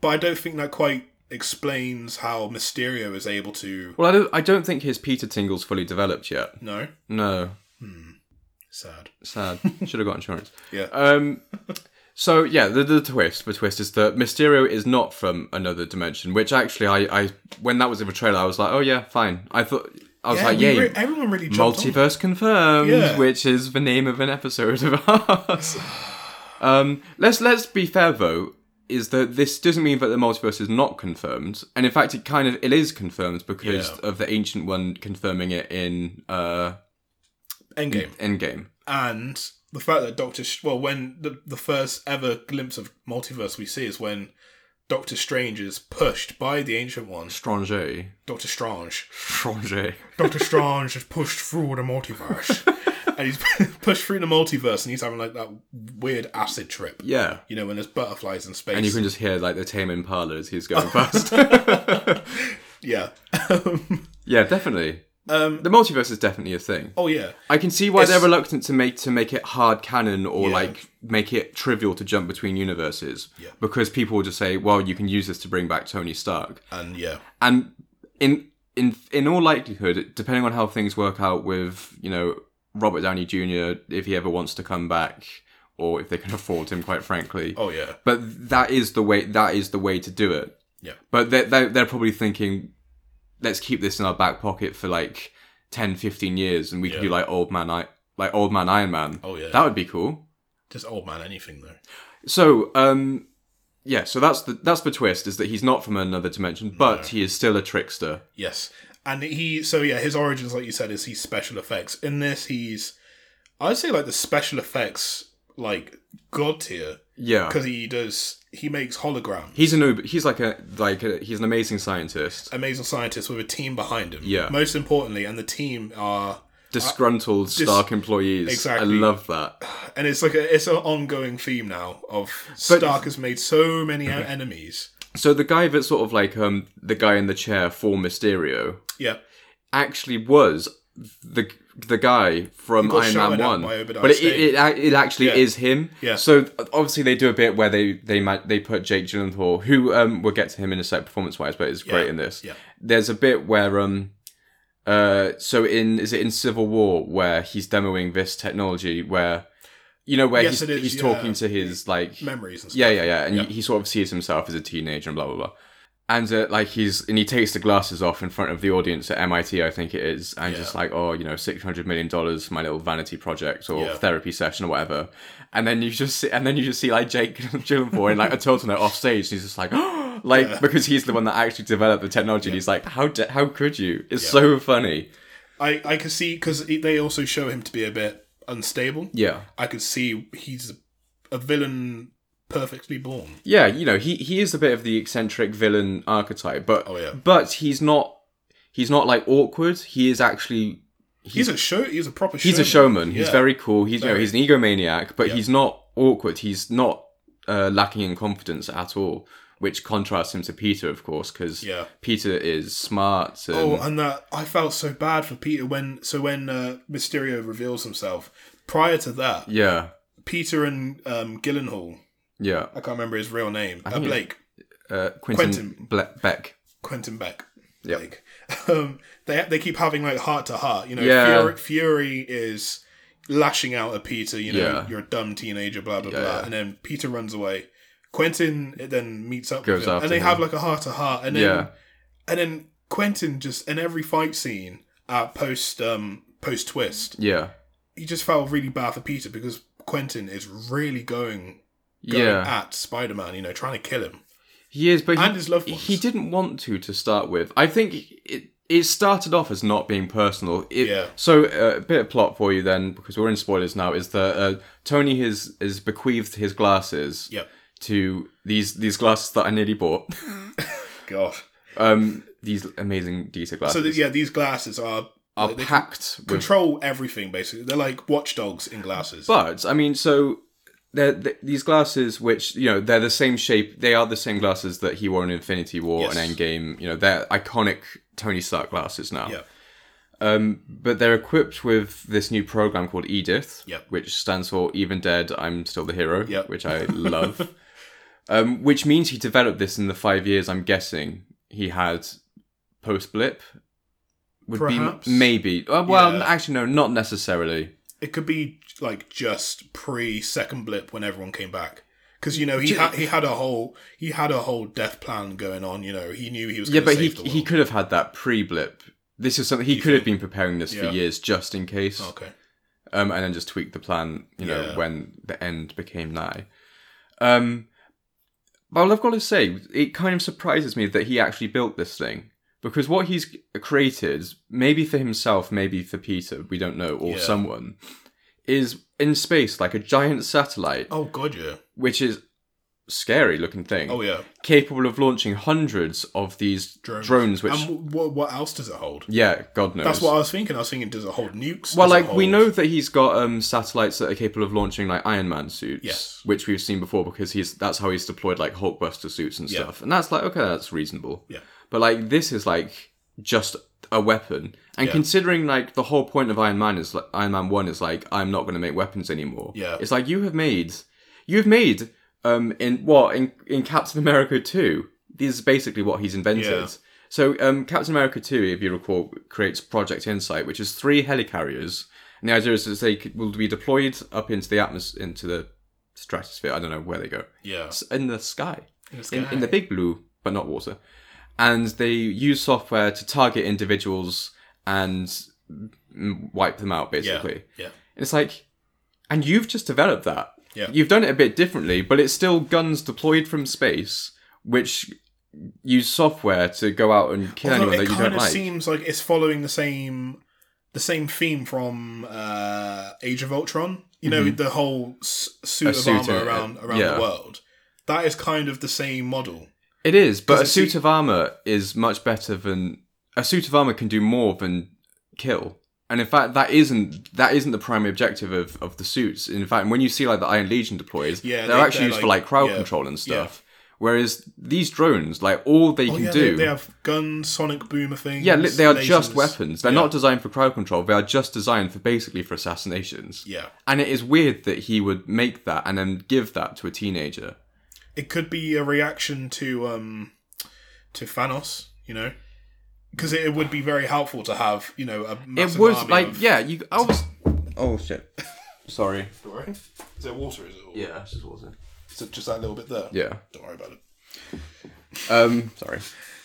Speaker 1: but I don't think that quite explains how Mysterio is able to.
Speaker 2: well i don't i don't think his peter tingle's fully developed yet
Speaker 1: No,
Speaker 2: no
Speaker 1: sad. [laughs]
Speaker 2: sad should have got insurance
Speaker 1: Yeah.
Speaker 2: um so yeah the, the twist the twist is that mysterio is not from another dimension which actually i i when that was in the trailer i was like oh yeah fine i thought I was
Speaker 1: Yeah,
Speaker 2: like,
Speaker 1: we
Speaker 2: yay.
Speaker 1: re- everyone really jumped on.
Speaker 2: Multiverse Confirmed,
Speaker 1: Yeah.
Speaker 2: which is the name of an episode of ours. um, let's, let's be fair though, is that this doesn't mean that the multiverse is not confirmed. And in fact, it kind of, it is confirmed because
Speaker 1: Yeah.
Speaker 2: of the Ancient One confirming it in uh,
Speaker 1: Endgame.
Speaker 2: Endgame.
Speaker 1: and the fact that Doctor Sh- well, when the the first ever glimpse of multiverse we see is when Doctor Strange is pushed by the Ancient One,
Speaker 2: Stranger.
Speaker 1: Doctor Strange.
Speaker 2: Stranger.
Speaker 1: Doctor Strange is pushed through the
Speaker 2: [laughs]
Speaker 1: multiverse, and he's [laughs] pushed through the multiverse, and he's having like that weird acid trip.
Speaker 2: Yeah.
Speaker 1: You know, when there's butterflies in space.
Speaker 2: And you can just hear like the tame impala as
Speaker 1: [laughs]
Speaker 2: he's going fast.
Speaker 1: yeah.
Speaker 2: [laughs]
Speaker 1: [laughs]
Speaker 2: yeah, definitely.
Speaker 1: um,
Speaker 2: The multiverse is definitely a thing.
Speaker 1: oh yeah.
Speaker 2: I can see why they're
Speaker 1: It's-
Speaker 2: reluctant to make to make it hard canon or
Speaker 1: Yeah.
Speaker 2: like make it trivial to jump between universes because people will just say, "Well, you can use this to bring back Tony Stark."
Speaker 1: And yeah.
Speaker 2: And in in in all likelihood, depending on how things work out with you know Robert Downey Jr. if he ever wants to come back or if they can [laughs] afford him, quite frankly.
Speaker 1: Oh yeah.
Speaker 2: But that is the way. That is the way to do it.
Speaker 1: Yeah.
Speaker 2: But they're, they're, they're probably thinking, let's keep this in our back pocket for like 10, 15 years, and we can do like old man, I- like old man Iron Man.
Speaker 1: Oh, yeah.
Speaker 2: that would be cool.
Speaker 1: Just old man anything though.
Speaker 2: So, um, yeah, so that's the that's the twist is that he's not from another dimension, but he is still a trickster.
Speaker 1: Yes. And he so yeah, his origins, like you said, is he's special effects. In this he's I'd say like the special effects like god tier.
Speaker 2: Yeah,
Speaker 1: Because he does he makes holograms.
Speaker 2: he's an uber, he's like a like a, he's an amazing scientist,
Speaker 1: Amazing scientist with a team behind him.
Speaker 2: Yeah.
Speaker 1: Most importantly, and the team are
Speaker 2: disgruntled Stark employees.
Speaker 1: exactly.
Speaker 2: I love that.
Speaker 1: and it's like a it's an ongoing theme now of Stark has made so many en- enemies.
Speaker 2: So the guy that's sort of like um the guy in the chair for Mysterio,
Speaker 1: Yeah.
Speaker 2: actually was the the guy from
Speaker 1: got
Speaker 2: Iron Man
Speaker 1: shouted at
Speaker 2: One,
Speaker 1: by Obadiah
Speaker 2: but it,
Speaker 1: Stane.
Speaker 2: it, it ac- it actually
Speaker 1: Yeah.
Speaker 2: is him.
Speaker 1: Yeah.
Speaker 2: So obviously they do a bit where they they ma- they put Jake Gyllenhaal, who um we'll get to him in a sec performance wise, but is great in this.
Speaker 1: Yeah.
Speaker 2: There's a bit where um. Uh, so in is it in Civil War where he's demoing this technology where, you know, where
Speaker 1: Yes,
Speaker 2: he's,
Speaker 1: it is,
Speaker 2: he's
Speaker 1: yeah.
Speaker 2: talking to his like
Speaker 1: Memories and stuff.
Speaker 2: yeah, yeah, yeah. And He, he sort of sees himself as a teenager and blah blah blah. And uh, like he's and he takes the glasses off in front of the audience at MIT, I think it is, and just like, oh, you know, six hundred million dollars for my little vanity project or
Speaker 1: Yeah.
Speaker 2: therapy session or whatever. And then you just see, and then you just see like Jake [laughs] Gyllenhaal in like a turtleneck off stage, and he's just like, [gasps] like because he's the one that actually developed the technology. And he's like, how de- how could you? It's so funny.
Speaker 1: I I could see because they also show him to be a bit unstable.
Speaker 2: Yeah.
Speaker 1: I could see he's a villain perfectly born.
Speaker 2: Yeah, you know, he he is a bit of the eccentric villain archetype, but
Speaker 1: Oh, yeah.
Speaker 2: but he's not he's not like awkward. He is actually
Speaker 1: He's a show. He's a proper.
Speaker 2: he's a showman. He's
Speaker 1: Yeah.
Speaker 2: very cool. He's you know, he's an egomaniac, but
Speaker 1: Yeah.
Speaker 2: he's not awkward. He's not uh, lacking in confidence at all, which contrasts him to Peter, of course, cuz
Speaker 1: Yeah.
Speaker 2: Peter is smart and
Speaker 1: Oh, and that I felt so bad for Peter when so when uh, Mysterio reveals himself. Prior to that,
Speaker 2: yeah.
Speaker 1: Peter and um, Gillenhall.
Speaker 2: Yeah.
Speaker 1: I can't remember his real name. Uh,
Speaker 2: think it-
Speaker 1: Blake,
Speaker 2: Uh, Quentin,
Speaker 1: Quentin.
Speaker 2: Ble- Beck.
Speaker 1: Quentin Beck. Blake. [laughs] Um, they they keep having like heart to heart. You know,
Speaker 2: Yeah.
Speaker 1: Fury, Fury is lashing out at Peter. You know,
Speaker 2: Yeah.
Speaker 1: you're a dumb teenager. Blah blah
Speaker 2: Yeah,
Speaker 1: blah.
Speaker 2: yeah.
Speaker 1: And then Peter runs away. Quentin then meets up
Speaker 2: Goes
Speaker 1: with him,
Speaker 2: after
Speaker 1: and they
Speaker 2: him.
Speaker 1: have like a heart to heart. And then
Speaker 2: Yeah.
Speaker 1: and then Quentin just in every fight scene uh, post um, post twist,
Speaker 2: Yeah.
Speaker 1: he just felt really bad for Peter because Quentin is really going, going
Speaker 2: yeah.
Speaker 1: at Spider Man. You know, trying to kill him.
Speaker 2: He is, but
Speaker 1: And
Speaker 2: he,
Speaker 1: his loved ones.
Speaker 2: he didn't want to to start with. I think it it started off as not being personal. It,
Speaker 1: Yeah.
Speaker 2: So uh, a bit of plot for you then, because we're in spoilers now, is that uh, Tony has is bequeathed his glasses
Speaker 1: Yep.
Speaker 2: to these these glasses that I nearly bought. [laughs]
Speaker 1: God.
Speaker 2: um, these amazing Dita glasses
Speaker 1: So th- yeah, these glasses are
Speaker 2: are packed with
Speaker 1: control everything basically. They're like watchdogs in glasses.
Speaker 2: But I mean, so they're, th these glasses, which you know, they're the same shape. They are the same glasses that he wore in Infinity War
Speaker 1: Yes.
Speaker 2: and Endgame. You know, they're iconic Tony Stark glasses now.
Speaker 1: Yeah.
Speaker 2: Um, but they're equipped with this new program called Edith,
Speaker 1: Yep.
Speaker 2: which stands for Even Dead, I'm Still the Hero,
Speaker 1: Yep.
Speaker 2: which I
Speaker 1: [laughs]
Speaker 2: love. um, which means he developed this in the five years I'm guessing he had post blip. Would
Speaker 1: Perhaps.
Speaker 2: be maybe. Uh, well,
Speaker 1: Yeah.
Speaker 2: actually, no, not necessarily.
Speaker 1: it could be like just pre second blip when everyone came back. Because you know he had he had a whole he had a whole death plan going on. You know he knew he was
Speaker 2: Yeah,
Speaker 1: gonna
Speaker 2: but he
Speaker 1: save the world.
Speaker 2: he could have had that pre blip This is something he could have been preparing this for
Speaker 1: Yeah. Oh,
Speaker 2: years just in case,
Speaker 1: Okay.
Speaker 2: um, and then just tweaked the plan. You know
Speaker 1: Yeah.
Speaker 2: when the end became nigh. Um, but I've got to say, it kind of surprises me that he actually built this thing because what he's created, maybe for himself, maybe for Peter, we don't know, or
Speaker 1: Yeah.
Speaker 2: someone, is in space like a giant satellite,
Speaker 1: Oh god, yeah.
Speaker 2: which is scary looking thing.
Speaker 1: Oh yeah.
Speaker 2: capable of launching hundreds of these drones, which
Speaker 1: and what what else does it hold?
Speaker 2: yeah, God knows.
Speaker 1: That's what I was thinking. I was thinking, does it hold nukes?
Speaker 2: well,
Speaker 1: Does it
Speaker 2: like we
Speaker 1: hold-
Speaker 2: know that he's got um, satellites that are capable of launching like Iron Man suits,
Speaker 1: Yes.
Speaker 2: which we've seen before because he's that's how he's deployed like Hulkbuster suits and
Speaker 1: Yeah.
Speaker 2: stuff, and that's like okay, that's reasonable.
Speaker 1: Yeah.
Speaker 2: But like this is like just a weapon, and
Speaker 1: Yeah.
Speaker 2: considering like the whole point of Iron Man is like Iron Man One is like I'm not going to make weapons anymore.
Speaker 1: Yeah.
Speaker 2: It's like you have made, you've made um in what in in Captain America Two. This is basically what he's invented.
Speaker 1: Yeah.
Speaker 2: So um, Captain America 2, if you recall, creates Project Insight, which is three helicarriers. And the idea is that they could- will be deployed up into the atmosphere, into the stratosphere. I don't know where they go.
Speaker 1: Yeah.
Speaker 2: S- In the sky.
Speaker 1: In the
Speaker 2: In, in
Speaker 1: sky.
Speaker 2: the big blue, but not water. And they use software to target individuals and mm, wipe them out,
Speaker 1: Yeah.
Speaker 2: basically.
Speaker 1: Yeah.
Speaker 2: It's like, and you've just developed that.
Speaker 1: Yeah.
Speaker 2: You've done it a bit differently, but it's still guns deployed from space, which use software to go out and kill
Speaker 1: Although
Speaker 2: anyone
Speaker 1: it
Speaker 2: that you
Speaker 1: kind
Speaker 2: don't
Speaker 1: of
Speaker 2: like.
Speaker 1: seems like it's following the same the same theme from uh, Age of Ultron. You know, the whole s- suit
Speaker 2: Mm-hmm. A
Speaker 1: of
Speaker 2: suit
Speaker 1: armor
Speaker 2: and-
Speaker 1: around around
Speaker 2: yeah.
Speaker 1: the world. That is kind of the same model.
Speaker 2: it is, but
Speaker 1: Does
Speaker 2: a
Speaker 1: it
Speaker 2: suit
Speaker 1: see-
Speaker 2: of armor is much better than a suit of armor can do more than kill. And in fact, that isn't that isn't the primary objective of, of the suits. In fact, when you see like the Iron Legion deploys,
Speaker 1: Yeah,
Speaker 2: they're,
Speaker 1: they-
Speaker 2: actually
Speaker 1: they're,
Speaker 2: used for
Speaker 1: like-
Speaker 2: like crowd
Speaker 1: yeah,
Speaker 2: control and
Speaker 1: yeah.
Speaker 2: stuff. Whereas these drones, like all they
Speaker 1: Oh
Speaker 2: can
Speaker 1: yeah,
Speaker 2: do,
Speaker 1: they, they have guns, sonic boomer things.
Speaker 2: Yeah, li- they are just
Speaker 1: lasers.
Speaker 2: weapons. They're
Speaker 1: Yeah.
Speaker 2: not designed for crowd control. They are just designed for basically for assassinations.
Speaker 1: Yeah,
Speaker 2: And it is weird that he would make that and then give that to a teenager.
Speaker 1: it could be a reaction to um to Thanos. You know, because it, it would be very helpful to have you know a
Speaker 2: It
Speaker 1: massive
Speaker 2: was
Speaker 1: army
Speaker 2: like,
Speaker 1: of-
Speaker 2: yeah, you. I was. Oh shit. [laughs] Sorry.
Speaker 1: Don't worry. Is there water? Is it? all-
Speaker 2: Yeah, this is awesome.
Speaker 1: Is it just that little bit there?
Speaker 2: Yeah.
Speaker 1: Don't worry about it.
Speaker 2: Um, sorry.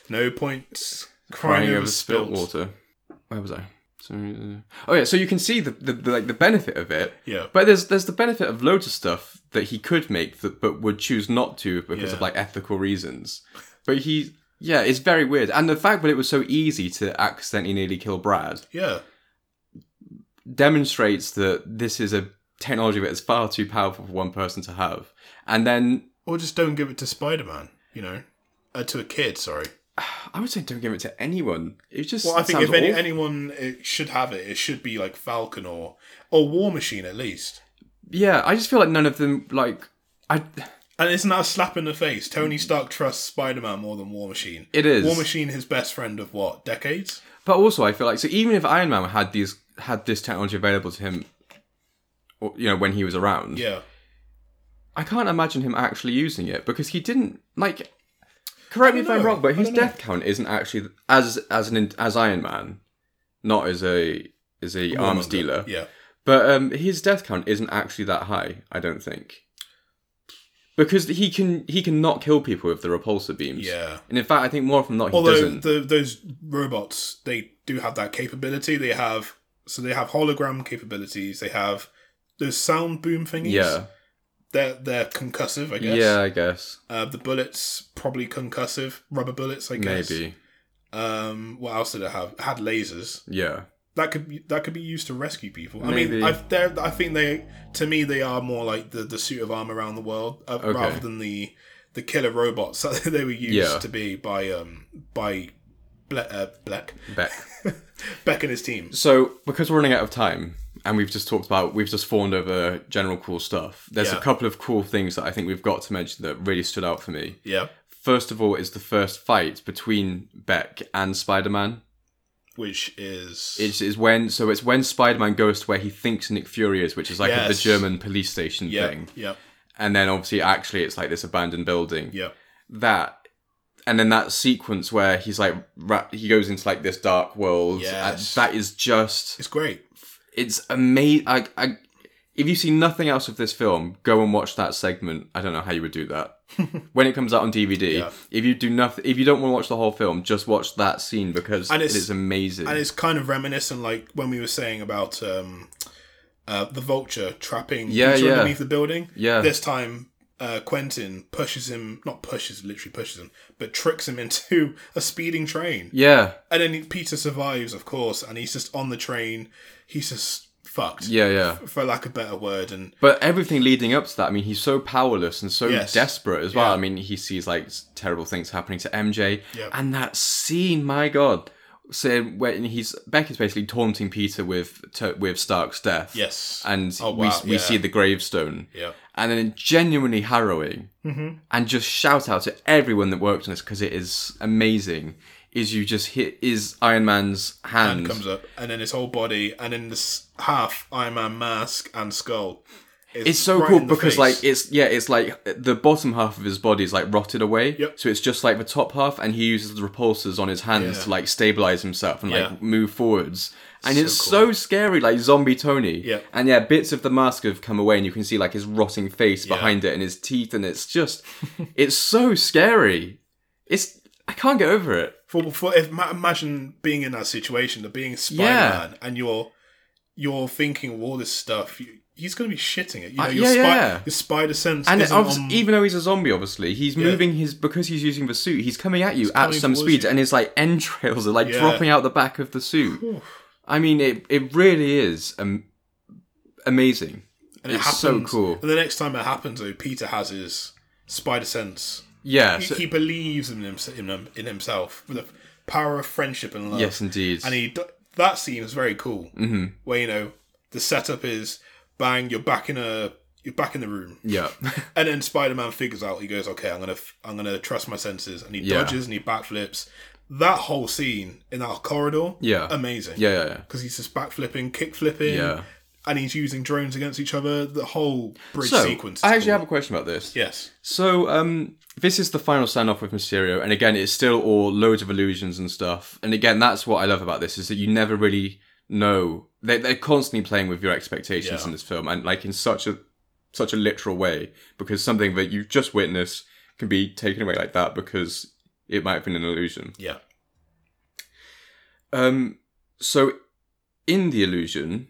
Speaker 1: No points.
Speaker 2: Crying over spilt water. Where was I? So, uh, oh yeah, so you can see the, the, the like the benefit of it.
Speaker 1: Yeah.
Speaker 2: But there's there's the benefit of loads of stuff that he could make that but would choose not to because of
Speaker 1: Yeah.
Speaker 2: like ethical reasons. But he yeah, it's very weird. And the fact that it was so easy to accidentally nearly kill Brad
Speaker 1: Yeah.
Speaker 2: demonstrates that this is a technology that is far too powerful for one person to have. And then
Speaker 1: Or just don't give it to Spider Man, you know? Uh, to a kid, sorry.
Speaker 2: I would say don't give it to anyone. It just
Speaker 1: Well, I think
Speaker 2: sounds
Speaker 1: if any,
Speaker 2: awful.
Speaker 1: anyone it should have it, it should be like Falcon or, or War Machine at least.
Speaker 2: yeah, I just feel like none of them like I
Speaker 1: And isn't that a slap in the face? Tony Stark trusts Spider Man more than War Machine.
Speaker 2: It is.
Speaker 1: War Machine, his best friend of what? Decades?
Speaker 2: But also, I feel like so even if Iron Man had these had this technology available to him, or, you know, when he was around,
Speaker 1: Yeah.
Speaker 2: I can't imagine him actually using it because he didn't like. Correct me if
Speaker 1: don't
Speaker 2: I'm
Speaker 1: know.
Speaker 2: wrong, but
Speaker 1: I
Speaker 2: his
Speaker 1: don't know.
Speaker 2: death count isn't actually as as an as Iron Man, not as a as a arms
Speaker 1: Warmonger.
Speaker 2: dealer.
Speaker 1: Yeah.
Speaker 2: But um, his death count isn't actually that high. I don't think. Because he can he can not kill people with the repulsor beams.
Speaker 1: Yeah.
Speaker 2: And in fact, I think more often than not he
Speaker 1: Although
Speaker 2: doesn't.
Speaker 1: the, those robots, they do have that capability. They have so they have hologram capabilities. They have those sound boom thingies.
Speaker 2: yeah.
Speaker 1: they're they're concussive. I guess.
Speaker 2: Yeah, I guess.
Speaker 1: Uh, the bullets probably concussive, rubber bullets. I guess.
Speaker 2: Maybe.
Speaker 1: Um, what else did it have? It had lasers.
Speaker 2: Yeah.
Speaker 1: That could be, that could be used to rescue people. I
Speaker 2: Maybe.
Speaker 1: mean, I've, they're, I think they to me they are more like the, the suit of armor around the world uh,
Speaker 2: Okay.
Speaker 1: rather than the the killer robots [laughs] that they were used
Speaker 2: Yeah.
Speaker 1: to be by um by Ble- uh, Black
Speaker 2: Beck.
Speaker 1: [laughs] Beck and his team.
Speaker 2: So, because we're running out of time, and we've just talked about, we've just fawned over general cool stuff. There's a
Speaker 1: Yeah.
Speaker 2: couple of cool things that I think we've got to mention that really stood out for me.
Speaker 1: Yeah,
Speaker 2: First of all, is the first fight between Beck and Spider-Man.
Speaker 1: which is
Speaker 2: It's is when so it's when Spider-Man goes to where he thinks Nick Fury is, which is like the
Speaker 1: Yes.
Speaker 2: German police station
Speaker 1: yeah,
Speaker 2: thing,
Speaker 1: yeah,
Speaker 2: and then obviously actually it's like this abandoned building.
Speaker 1: yeah,
Speaker 2: that and then that sequence where he's like ra- he goes into like this dark world and
Speaker 1: Yes.
Speaker 2: that is just
Speaker 1: it's great.
Speaker 2: it's amazing I, I If you see nothing else of this film, go and watch that segment. I don't know how you would do
Speaker 1: [laughs]
Speaker 2: that. when it comes out on DVD,
Speaker 1: Yeah.
Speaker 2: if you do nothing, if you don't want to watch the whole film, just watch that scene because
Speaker 1: And
Speaker 2: it
Speaker 1: it's-
Speaker 2: is amazing.
Speaker 1: and it's kind of reminiscent, like when we were saying about um, uh, the vulture trapping
Speaker 2: Yeah,
Speaker 1: Peter
Speaker 2: yeah.
Speaker 1: underneath the building.
Speaker 2: Yeah.
Speaker 1: This time, uh, Quentin pushes him, not pushes, literally pushes him, but tricks him [laughs] into a speeding train.
Speaker 2: yeah,
Speaker 1: And then Peter survives, of course, and he's just on the train. He's just fucked.
Speaker 2: yeah, yeah.
Speaker 1: For lack of a better word, and
Speaker 2: But everything leading up to that, I mean, he's so powerless and so
Speaker 1: Yes.
Speaker 2: desperate as well.
Speaker 1: Yeah.
Speaker 2: I mean, he sees like s- terrible things happening to MJ,
Speaker 1: Yep.
Speaker 2: and that scene, my god. So when he's Becky's basically taunting Peter with to, with Stark's death,
Speaker 1: Yes.
Speaker 2: and
Speaker 1: Oh,
Speaker 2: we
Speaker 1: wow,
Speaker 2: we
Speaker 1: yeah.
Speaker 2: see the gravestone,
Speaker 1: Yeah.
Speaker 2: and then genuinely harrowing,
Speaker 1: Mm-hmm.
Speaker 2: and just shout out to everyone that worked on this because it is amazing. Is you just hit is Iron Man's hand,
Speaker 1: hand comes up, and then his whole body, and then this half Iron Man mask and skull.
Speaker 2: It's so
Speaker 1: right
Speaker 2: cool
Speaker 1: in the
Speaker 2: because
Speaker 1: face.
Speaker 2: like it's yeah, it's like the bottom half of his body is like rotted away.
Speaker 1: Yep.
Speaker 2: So it's just like the top half and he uses the repulsors on his hands
Speaker 1: Yeah.
Speaker 2: to like stabilize himself and
Speaker 1: Yeah.
Speaker 2: like move forwards. And it's
Speaker 1: cool.
Speaker 2: so scary, like zombie Tony.
Speaker 1: Yeah.
Speaker 2: And yeah, bits of the mask have come away and you can see like his rotting face behind it and his teeth and it's just [laughs] it's so scary. It's I can't get over it.
Speaker 1: for, for if, ma- imagine being in that situation, of being Spider Man, and you're you're thinking of all this stuff. You, he's going to be shitting it. You know,
Speaker 2: Uh,
Speaker 1: your,
Speaker 2: yeah,
Speaker 1: spi-
Speaker 2: yeah.
Speaker 1: your spider sense.
Speaker 2: And it,
Speaker 1: isn't
Speaker 2: obvi-
Speaker 1: on-
Speaker 2: even though he's a zombie, obviously he's moving his because he's using the suit. He's coming at you at
Speaker 1: coming
Speaker 2: some
Speaker 1: towards
Speaker 2: speed,
Speaker 1: you.
Speaker 2: and his like entrails are like
Speaker 1: Yeah.
Speaker 2: dropping out the back of the suit. I mean, it it really is um, amazing.
Speaker 1: and
Speaker 2: it's so cool.
Speaker 1: And the next time it happens, though, Peter has his spider sense.
Speaker 2: Yeah.
Speaker 1: He,
Speaker 2: so-
Speaker 1: he believes in, himself, in, him- in himself with the power of friendship and love.
Speaker 2: yes, indeed.
Speaker 1: and he d- that scene is very cool. Mm-hmm. Where you know the setup is bang, you're back in a you're back in the room,
Speaker 2: yeah.
Speaker 1: and then Spider Man figures out he goes, okay, I'm gonna f- I'm gonna trust my senses, and he
Speaker 2: Yeah.
Speaker 1: dodges and he backflips. That whole scene in that corridor,
Speaker 2: Yeah.
Speaker 1: amazing,
Speaker 2: yeah. Yeah. Yeah.
Speaker 1: because he's just backflipping, kick flipping,
Speaker 2: Yeah.
Speaker 1: and he's using drones against each other. The whole bridge
Speaker 2: So
Speaker 1: sequence. Is
Speaker 2: I actually
Speaker 1: cool.
Speaker 2: have a question about this.
Speaker 1: yes,
Speaker 2: So, um, this is the final stand off with Mysterio, and again, it's still all loads of illusions and stuff. And again, that's what I love about this is that you never really know. They, they're constantly playing with your expectations
Speaker 1: Yeah.
Speaker 2: in this film, and like in such a such a literal way, because something that you've just witnessed can be taken away like that because it might have been an illusion.
Speaker 1: yeah,
Speaker 2: Um, so in the illusion,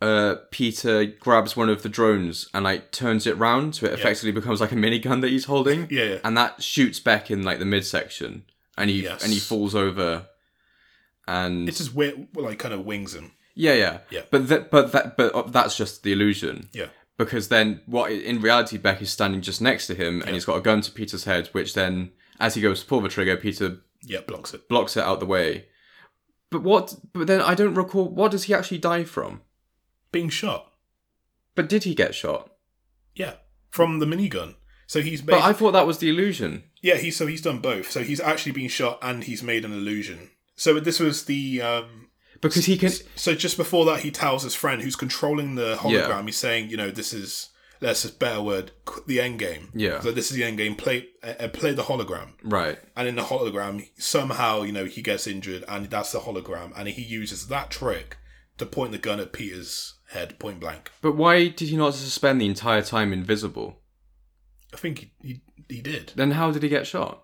Speaker 2: uh, Peter grabs one of the drones and like turns it round, so it effectively becomes like a minigun that he's holding.
Speaker 1: [laughs] Yeah, yeah.
Speaker 2: And that shoots back in like the midsection, and he
Speaker 1: Yes.
Speaker 2: and he falls over. And
Speaker 1: it's just weird, like kind of wings him.
Speaker 2: yeah, yeah,
Speaker 1: Yeah.
Speaker 2: But that, but that, but uh, that's just the illusion.
Speaker 1: Yeah,
Speaker 2: Because then, what in reality, Beck is standing just next to him, and he's got a gun to Peter's head, which then, as he goes to pull the trigger, Peter
Speaker 1: yeah, blocks it.
Speaker 2: blocks it out the way. But what? But then I don't recall. What does he actually die from?
Speaker 1: Being shot.
Speaker 2: But did he get shot?
Speaker 1: Yeah, from the minigun. So he's
Speaker 2: But
Speaker 1: basically
Speaker 2: I thought that was the illusion.
Speaker 1: Yeah, he's so he's done both. So he's actually been shot and he's made an illusion. So this was the um
Speaker 2: Because he can.
Speaker 1: so just before that he tells his friend who's controlling the hologram.
Speaker 2: Yeah.
Speaker 1: He's saying, you know, this is that's a better word, qu- the end game.
Speaker 2: Yeah.
Speaker 1: So this is the end game. Play uh, uh, play the hologram.
Speaker 2: Right.
Speaker 1: And in the hologram, somehow you know he gets injured, and that's the hologram, and he uses that trick to point the gun at Peter's head point blank.
Speaker 2: But why did he not suspend the entire time invisible?
Speaker 1: I think he he, he did
Speaker 2: Then how did he get shot?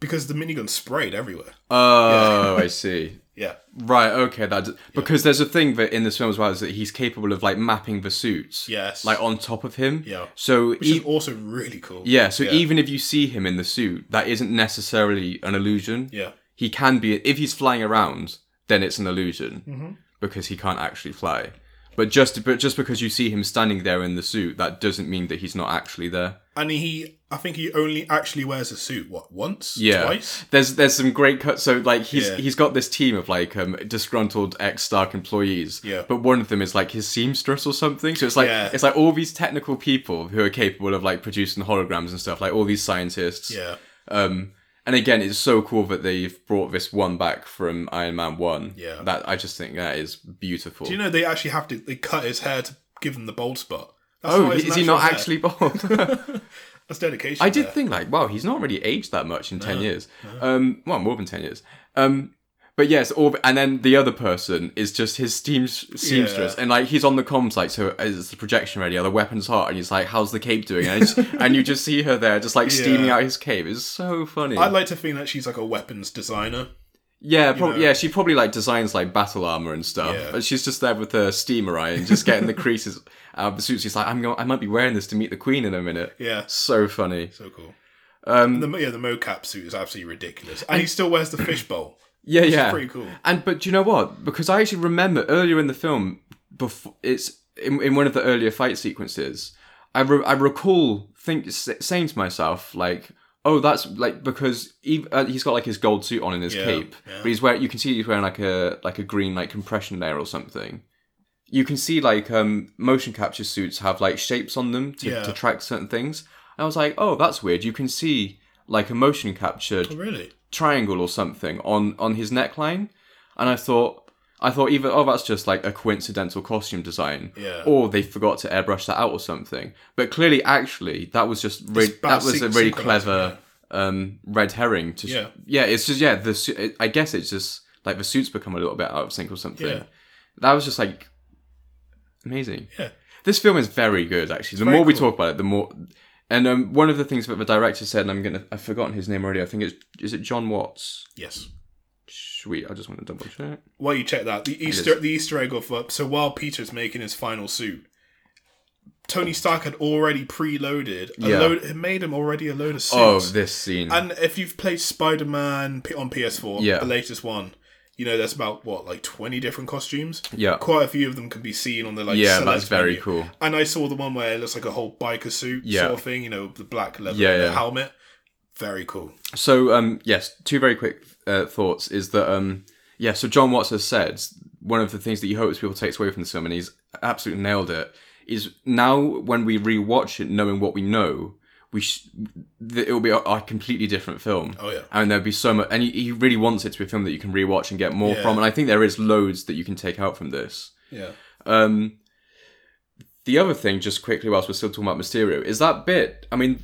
Speaker 1: because the minigun sprayed everywhere.
Speaker 2: Oh, I
Speaker 1: [laughs]
Speaker 2: see.
Speaker 1: Yeah.
Speaker 2: Right, okay, that because there's a thing that in this film as well is that he's capable of like mapping the suits,
Speaker 1: Yes.
Speaker 2: like on top of him.
Speaker 1: Yeah.
Speaker 2: So
Speaker 1: Which
Speaker 2: e-
Speaker 1: is also really cool.
Speaker 2: yeah, so even if you see him in the suit, that isn't necessarily an illusion.
Speaker 1: Yeah.
Speaker 2: he can be if he's flying around then it's an illusion
Speaker 1: Mm-hmm.
Speaker 2: because he can't actually fly but just but just because you see him standing there in the suit that doesn't mean that he's not actually there
Speaker 1: and he I think he only actually wears a suit what once
Speaker 2: yeah
Speaker 1: twice
Speaker 2: there's there's some great cuts so like he's
Speaker 1: Yeah.
Speaker 2: he's got this team of like um disgruntled ex stark employees
Speaker 1: Yeah.
Speaker 2: but one of them is like his seamstress or something so it's like
Speaker 1: Yeah.
Speaker 2: it's like all these technical people who are capable of like producing holograms and stuff like all these scientists
Speaker 1: yeah
Speaker 2: Um, and again, it's so cool that they've brought this one back from Iron Man One.
Speaker 1: Yeah.
Speaker 2: that I just think that is beautiful.
Speaker 1: do you know they actually have to they cut his hair to give him the bald spot That's
Speaker 2: oh,
Speaker 1: not his
Speaker 2: is he
Speaker 1: natural
Speaker 2: not
Speaker 1: hair.
Speaker 2: actually
Speaker 1: [laughs]
Speaker 2: bald?
Speaker 1: that's dedication
Speaker 2: I did
Speaker 1: there.
Speaker 2: think like, wow, he's not really aged that much in ten years. Um, well, more than ten years. Um, But yes, all and then the other person is just his steam seamstress,
Speaker 1: Yeah.
Speaker 2: and like he's on the comms, like so is the projection ready? Are the weapons hot? And he's like, "How's the cape doing?" And, it's- and you just see her there, just like steaming
Speaker 1: [laughs] Yeah.
Speaker 2: out his cape. It's so funny.
Speaker 1: I'd like to think that she's like a weapons designer.
Speaker 2: yeah, prob-
Speaker 1: know.
Speaker 2: yeah, she probably like designs like battle armor and stuff,
Speaker 1: Yeah.
Speaker 2: but she's just there with her steamer eye and just
Speaker 1: [laughs]
Speaker 2: getting the creases out of the suit. She's like, "I'm going, I might be wearing this to meet the queen in a minute."
Speaker 1: Yeah.
Speaker 2: so funny.
Speaker 1: So cool. Um, the, mo- yeah, the mocap suit is absolutely ridiculous, and he still wears the
Speaker 2: [coughs]
Speaker 1: fishbowl.
Speaker 2: Yeah,
Speaker 1: is
Speaker 2: yeah,
Speaker 1: pretty cool.
Speaker 2: And but do you know what? Because I actually remember earlier in the film, before it's in, in one of the earlier fight sequences, I re- I recall think s- saying to myself like, oh, that's like because he, uh, he's got like his gold suit on in his
Speaker 1: Yeah,
Speaker 2: cape, but he's wearing you can see he's wearing like a like a green like compression layer or something. You can see like um motion capture suits have like shapes on them to,
Speaker 1: Yeah.
Speaker 2: to track certain things. And I was like, oh, that's weird. You can see like a motion capture
Speaker 1: Oh, really?
Speaker 2: triangle or something on on his neckline, and I thought I thought either oh that's just like a coincidental costume design,
Speaker 1: Yeah.
Speaker 2: or they forgot to airbrush that out or something. But clearly, actually, that was just re-
Speaker 1: bad
Speaker 2: that was a
Speaker 1: sequ-
Speaker 2: really
Speaker 1: sequencing,
Speaker 2: clever um, red herring. To
Speaker 1: Yeah.
Speaker 2: it's just yeah the su- it- I guess it's just like the suits become a little bit out of sync or something.
Speaker 1: Yeah.
Speaker 2: That was just like amazing.
Speaker 1: Yeah.
Speaker 2: This film is very good, actually. the
Speaker 1: very
Speaker 2: more we
Speaker 1: cool.
Speaker 2: talk about it, the more. And um, one of the things that the director said, and I'm gonna, I've forgotten his name already. I think it's is it John Watts.
Speaker 1: Yes.
Speaker 2: Sweet, I just want to double check.
Speaker 1: While you check that, the Easter the Easter egg of uh, so while Peter's making his final suit, Tony Stark had already preloaded. A
Speaker 2: Yeah.
Speaker 1: load, it made him already a load of suits.
Speaker 2: Oh, this scene.
Speaker 1: And if you've played Spider Man on PS4,
Speaker 2: Yeah.
Speaker 1: the latest one, you know there's about what like twenty different costumes.
Speaker 2: Yeah.
Speaker 1: quite a few of them can be seen on the like.
Speaker 2: Yeah,
Speaker 1: select
Speaker 2: that's very
Speaker 1: menu.
Speaker 2: cool.
Speaker 1: And I saw the one where it looks like a whole biker suit
Speaker 2: Yeah.
Speaker 1: sort of thing. You know, the black leather
Speaker 2: Yeah, yeah.
Speaker 1: helmet. Very cool.
Speaker 2: So, um, yes, two very quick uh, thoughts is that, um, yeah, so John Watts has said one of the things that he hopes people takes away from this film, and he's absolutely nailed it, is now when we rewatch it, knowing what we know, we sh- th- it'll be a, a completely different film.
Speaker 1: Oh, yeah.
Speaker 2: And there'll be so much, and he, he really wants it to be a film that you can rewatch and get more
Speaker 1: Yeah.
Speaker 2: from, and I think there is loads that you can take out from this.
Speaker 1: Yeah.
Speaker 2: Um, the other thing, just quickly, whilst we're still talking about Mysterio, is that bit. I mean,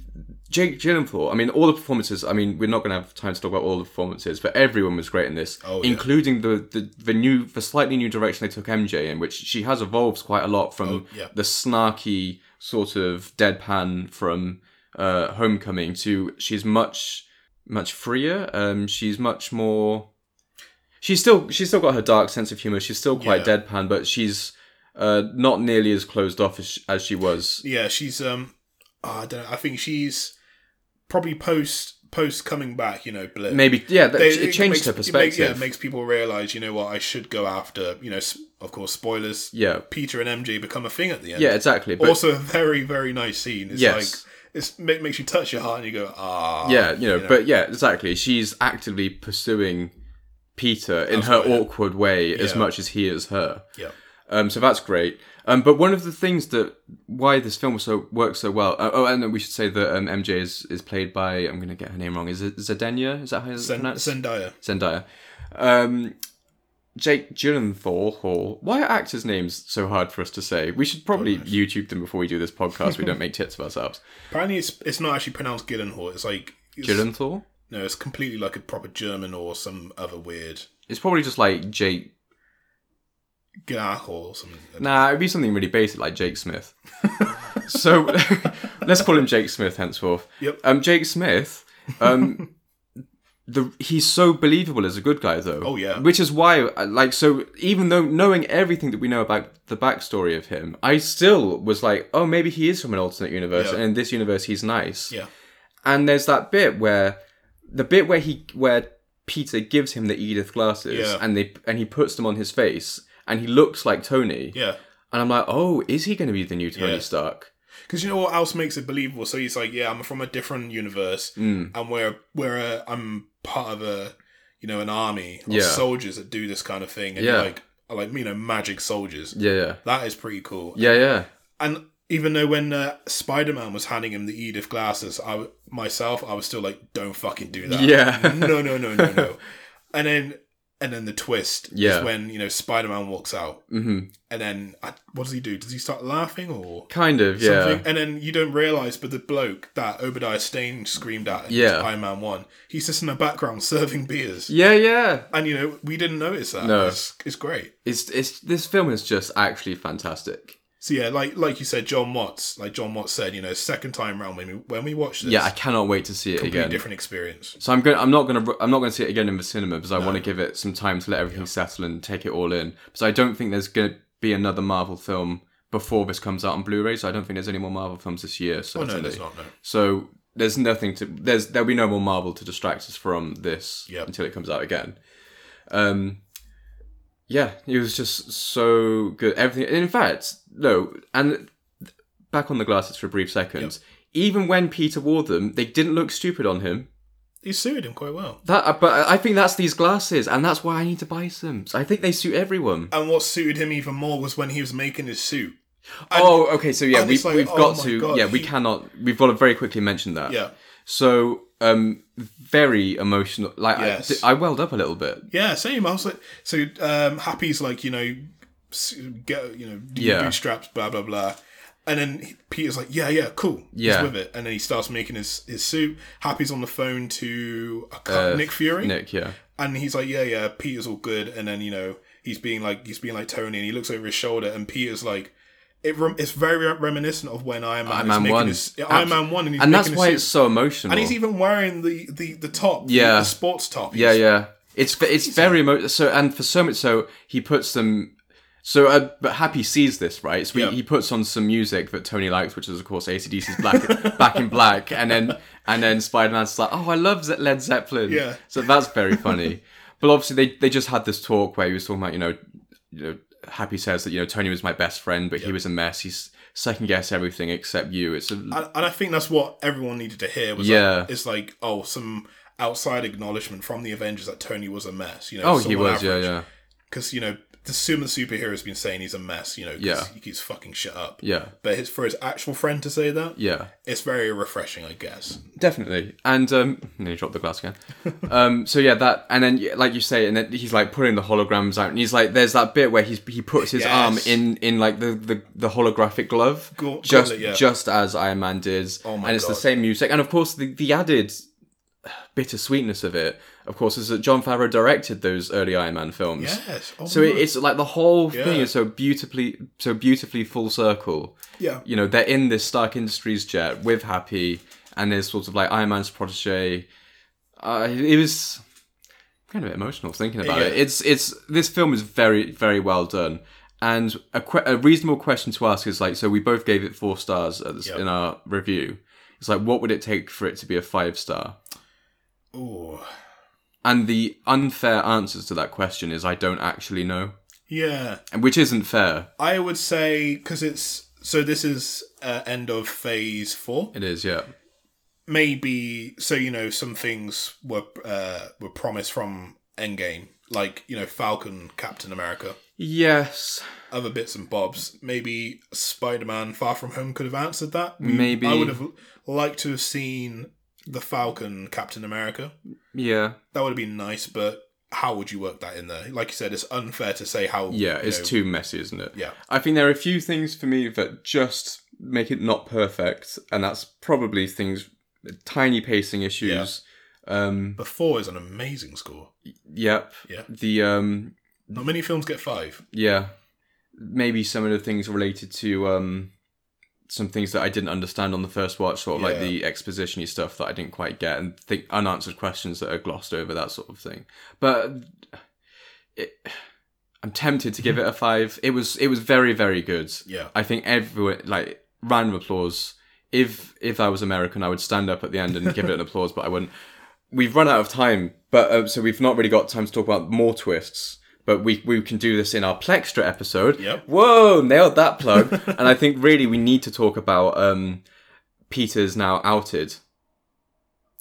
Speaker 2: Jake Gyllenhaal. I mean, all the performances. I mean, we're not going to have time to talk about all the performances, but everyone was great in this,
Speaker 1: Oh, yeah.
Speaker 2: including the, the the new, the slightly new direction they took MJ in, which she has evolved quite a lot from
Speaker 1: Oh, yeah.
Speaker 2: the snarky sort of deadpan from uh, Homecoming to she's much much freer. Um, she's much more. She's still she's still got her dark sense of humor. She's still quite
Speaker 1: Yeah.
Speaker 2: deadpan, but she's uh, not nearly as closed off as, as she was.
Speaker 1: Yeah, she's um, oh, I don't. know, I think she's probably post post coming back. You know, blip.
Speaker 2: Maybe yeah, that,
Speaker 1: They-
Speaker 2: it changed
Speaker 1: makes-
Speaker 2: her
Speaker 1: it
Speaker 2: perspective.
Speaker 1: makes- yeah, it makes people realize. You know what? I should go after. You know, s- of course, spoilers.
Speaker 2: Yeah.
Speaker 1: Peter and MJ become a thing at the end.
Speaker 2: Yeah, exactly. But
Speaker 1: also a very very nice scene. It's
Speaker 2: Yes.
Speaker 1: like it's it makes you touch your heart and you go ah.
Speaker 2: yeah, you know, but yeah, exactly. She's actively pursuing Peter in her awkward way as
Speaker 1: Yeah.
Speaker 2: much as he is her.
Speaker 1: Yeah.
Speaker 2: Um, so that's great. Um, but one of the things that why this film so works so well. Uh, oh, and we should say that um, MJ is, is played by I'm going to get her name wrong. Is it Zedenia? Is that how it's
Speaker 1: Zend-
Speaker 2: pronounced?
Speaker 1: Zendaya.
Speaker 2: Zendaya. Um, Jake Gyllenhaal. Hall. Why are actors' names so hard for us to say? We should probably YouTube them before we do this podcast. so we don't make tits of ourselves.
Speaker 1: Apparently, it's it's not actually pronounced Gyllenhaal. It's like it's,
Speaker 2: Gyllenhaal.
Speaker 1: No, it's completely like a proper German or some other weird
Speaker 2: It's probably just like Jake.
Speaker 1: Gyllenhaal or something.
Speaker 2: Nah, it'd be something really basic like Jake Smith. [laughs] so [laughs] let's call him Jake Smith henceforth.
Speaker 1: Yep.
Speaker 2: Um, Jake Smith. Um, [laughs] the he's so believable as a good guy though.
Speaker 1: Oh, yeah.
Speaker 2: Which is why, uh, like, so even though knowing everything that we know about the backstory of him, I still was like, oh, maybe he is from an alternate universe,
Speaker 1: Yeah.
Speaker 2: and in this universe he's nice.
Speaker 1: Yeah.
Speaker 2: And there's that bit where the bit where he where Peter gives him the Edith glasses
Speaker 1: Yeah.
Speaker 2: and they and he puts them on his face and he looks like Tony.
Speaker 1: Yeah.
Speaker 2: And I'm like, oh, is he going to be the new Tony
Speaker 1: Yeah.
Speaker 2: Stark?
Speaker 1: Because you know what else makes it believable? So he's like, "Yeah, I'm from a different universe,
Speaker 2: Mm.
Speaker 1: and we're we're a, I'm part of a you know an army of
Speaker 2: Yeah.
Speaker 1: soldiers that do this kind of thing, and
Speaker 2: Yeah.
Speaker 1: like are like you know magic soldiers.
Speaker 2: Yeah, yeah,
Speaker 1: That is pretty cool.
Speaker 2: yeah, yeah.
Speaker 1: And even though when uh, Spider Man was handing him the Edith glasses, I w- [laughs] myself I was still like, "Don't fucking do that.
Speaker 2: Yeah. [laughs]
Speaker 1: no, no, no, no, no. and then and then the twist
Speaker 2: Yeah.
Speaker 1: is when you know Spider-Man walks out, mm-hmm. and then I, what does he do? Does he start laughing or
Speaker 2: Kind of, yeah.
Speaker 1: something? And then you don't realize, but the bloke that Obadiah Stane screamed at in
Speaker 2: Yeah.
Speaker 1: Iron Man One, he's just in the background [laughs] serving beers,
Speaker 2: Yeah, yeah.
Speaker 1: and you know we didn't notice that.
Speaker 2: No.
Speaker 1: It's, it's great.
Speaker 2: It's it's this film is just actually fantastic.
Speaker 1: So yeah, like like you said, John Watts, like John Watts said, you know, second time round when we when we watched this,
Speaker 2: Yeah, I cannot wait to see it
Speaker 1: completely
Speaker 2: again.
Speaker 1: different experience.
Speaker 2: So I'm going. I'm not going to. I'm not going to see it again in the cinema because I want to give it some time to let everything settle and take it all in. Because I don't think there's going to be another Marvel film before this comes out on Blu-ray. So I don't think there's any more Marvel films this year.
Speaker 1: Oh
Speaker 2: Certainly.
Speaker 1: no, there's not no.
Speaker 2: So there's nothing to there's there'll be no more Marvel to distract us from this
Speaker 1: Yep.
Speaker 2: until it comes out again. Um, yeah, it was just so good. Everything. and in fact, no, and back on the glasses for a brief second. Even when Peter wore them, they didn't look stupid on him.
Speaker 1: He suited him quite well.
Speaker 2: That, but I think that's these glasses, and that's why I need to buy some. I think they suit everyone.
Speaker 1: And what suited him even more was when he was making his suit.
Speaker 2: oh, okay. So yeah,
Speaker 1: and
Speaker 2: we,
Speaker 1: it's like,
Speaker 2: we've
Speaker 1: oh
Speaker 2: got
Speaker 1: my
Speaker 2: to.
Speaker 1: God,
Speaker 2: yeah, we
Speaker 1: he-
Speaker 2: cannot. We've got to very quickly mention that.
Speaker 1: Yeah.
Speaker 2: So, um, very emotional. Like,
Speaker 1: Yes.
Speaker 2: I, di- I welled up a little bit.
Speaker 1: Yeah, same. I was like, so um, Happy's like, you know, s- get, you know, do your
Speaker 2: Yeah.
Speaker 1: bootstraps, blah blah blah, and then he- Peter's like, yeah, yeah, cool,
Speaker 2: Yeah.
Speaker 1: he's with it, and then he starts making his his suit. Happy's on the phone to I can't- Nick Fury,
Speaker 2: Uh, Nick, yeah,
Speaker 1: and he's like, yeah, yeah, Peter's all good, and then you know he's being like he's being like Tony, and he looks over his shoulder, and Peter's like. It rem- it's very reminiscent of when Iron Man,
Speaker 2: Iron
Speaker 1: is
Speaker 2: Man
Speaker 1: making
Speaker 2: one,
Speaker 1: his yeah, Iron
Speaker 2: Abs-
Speaker 1: Man one, and he's
Speaker 2: and
Speaker 1: making
Speaker 2: that's
Speaker 1: his
Speaker 2: why
Speaker 1: suit.
Speaker 2: it's so emotional.
Speaker 1: and he's even wearing the the the top, the-
Speaker 2: Yeah.
Speaker 1: the sports top.
Speaker 2: yeah,
Speaker 1: He's-
Speaker 2: yeah. It's it's very emo- so, and for so much so he puts some. So, uh, but Happy sees this, right? So he,
Speaker 1: Yeah.
Speaker 2: he puts on some music that Tony likes, which is of course ACDC's Black Back in Black, and then and then Spider Man's like, oh, I love Ze- Led Zeppelin.
Speaker 1: Yeah.
Speaker 2: So that's very funny. but obviously, they they just had this talk where he was talking about you know, you know, Happy says that you know Tony was my best friend, but he was a mess. He's second guess everything except you. It's a,
Speaker 1: and, and I think that's what everyone needed to hear. Was
Speaker 2: Yeah.
Speaker 1: like, it's like oh, some outside acknowledgement from the Avengers that Tony was a mess. You know,
Speaker 2: oh, he was, yeah, yeah.
Speaker 1: Because you know, the Suma superhero has been saying he's a mess. You know, 'cause
Speaker 2: Yeah.
Speaker 1: he keeps fucking shit up.
Speaker 2: Yeah.
Speaker 1: but his, for his actual friend to say that,
Speaker 2: Yeah,
Speaker 1: it's very refreshing, I guess.
Speaker 2: definitely. And um, and then he dropped the
Speaker 1: [laughs]
Speaker 2: glass again. um, so yeah, that and then yeah, like you say, and then he's like putting the holograms out, and he's like, there's that bit where he's he puts his
Speaker 1: Yes.
Speaker 2: arm in in like the the, the holographic glove,
Speaker 1: Gaunt-
Speaker 2: just
Speaker 1: gauntlet, yeah.
Speaker 2: just as Iron Man did.
Speaker 1: Oh my
Speaker 2: and it's the
Speaker 1: God.
Speaker 2: same music, and of course the the added bittersweetness of it, of course, is that John Favreau directed those early Iron Man films.
Speaker 1: Yes. Oh
Speaker 2: So it,
Speaker 1: my-
Speaker 2: it's like the whole thing
Speaker 1: Yeah.
Speaker 2: is so beautifully, so beautifully full circle.
Speaker 1: Yeah.
Speaker 2: You know, they're in this Stark Industries jet with Happy, and there's sort of like Iron Man's protege. Uh, it was kind of emotional thinking about it.
Speaker 1: Yeah.
Speaker 2: It's it's this film is very very well done, and a, que- a reasonable question to ask is like, so we both gave it four stars at this, in our review. It's like, what would it take for it to be a five star?
Speaker 1: Ooh.
Speaker 2: And the unfair answers to that question is I don't actually know,
Speaker 1: Yeah,
Speaker 2: and which isn't fair.
Speaker 1: I would say because it's so. This is uh, end of phase four.
Speaker 2: It is, yeah.
Speaker 1: maybe so you know some things were uh, were promised from Endgame, like you know Falcon, Captain America,
Speaker 2: Yes,
Speaker 1: other bits and bobs. Maybe Spider Man Far From Home could have answered that. We-
Speaker 2: Maybe.
Speaker 1: Mm, I would have liked to have seen the Falcon, Captain America.
Speaker 2: yeah,
Speaker 1: That would have been nice, but how would you work that in there? Like you said, it's unfair to say how.
Speaker 2: yeah.
Speaker 1: you
Speaker 2: It's
Speaker 1: know,
Speaker 2: too messy, isn't it?
Speaker 1: Yeah.
Speaker 2: I think there are a few things for me that just make it not perfect, and that's probably things, tiny pacing issues. Um,
Speaker 1: But four is an amazing score.
Speaker 2: yep.
Speaker 1: Yeah.
Speaker 2: The um,
Speaker 1: Not many films get five.
Speaker 2: yeah, maybe some of the things related to um, some things that I didn't understand on the first watch, sort of like
Speaker 1: Yeah.
Speaker 2: the expositiony stuff that I didn't quite get, and think unanswered questions that are glossed over, that sort of thing. But it, I'm tempted to
Speaker 1: [laughs]
Speaker 2: give it a five. It was it was very very good.
Speaker 1: Yeah.
Speaker 2: I think everyone like round of applause. If if I was American, I would stand up at the end and give it an applause, but I wouldn't. We've run out of time, but uh, so we've not really got time to talk about more twists. But we we can do this in our Plextra episode.
Speaker 1: Yep.
Speaker 2: Whoa, nailed that plug. [laughs] and I think really we need to talk about um, Peter's now outed.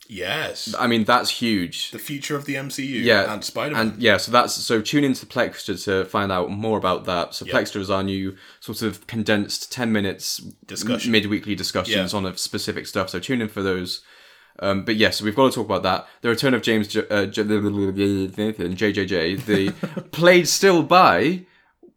Speaker 1: Yes.
Speaker 2: I mean that's huge.
Speaker 1: the future of the MCU
Speaker 2: yeah,
Speaker 1: and Spider Man.
Speaker 2: And yeah, so that's so tune into Plextra to find out more about that. So Plextra is our new sort of condensed ten minutes
Speaker 1: Discussion.
Speaker 2: midweekly discussions
Speaker 1: Yeah.
Speaker 2: on a specific stuff. So tune in for those. Um, but yes, we've got to talk about that. The return of James J- uh, J- JJJ,
Speaker 1: [laughs]
Speaker 2: the played still by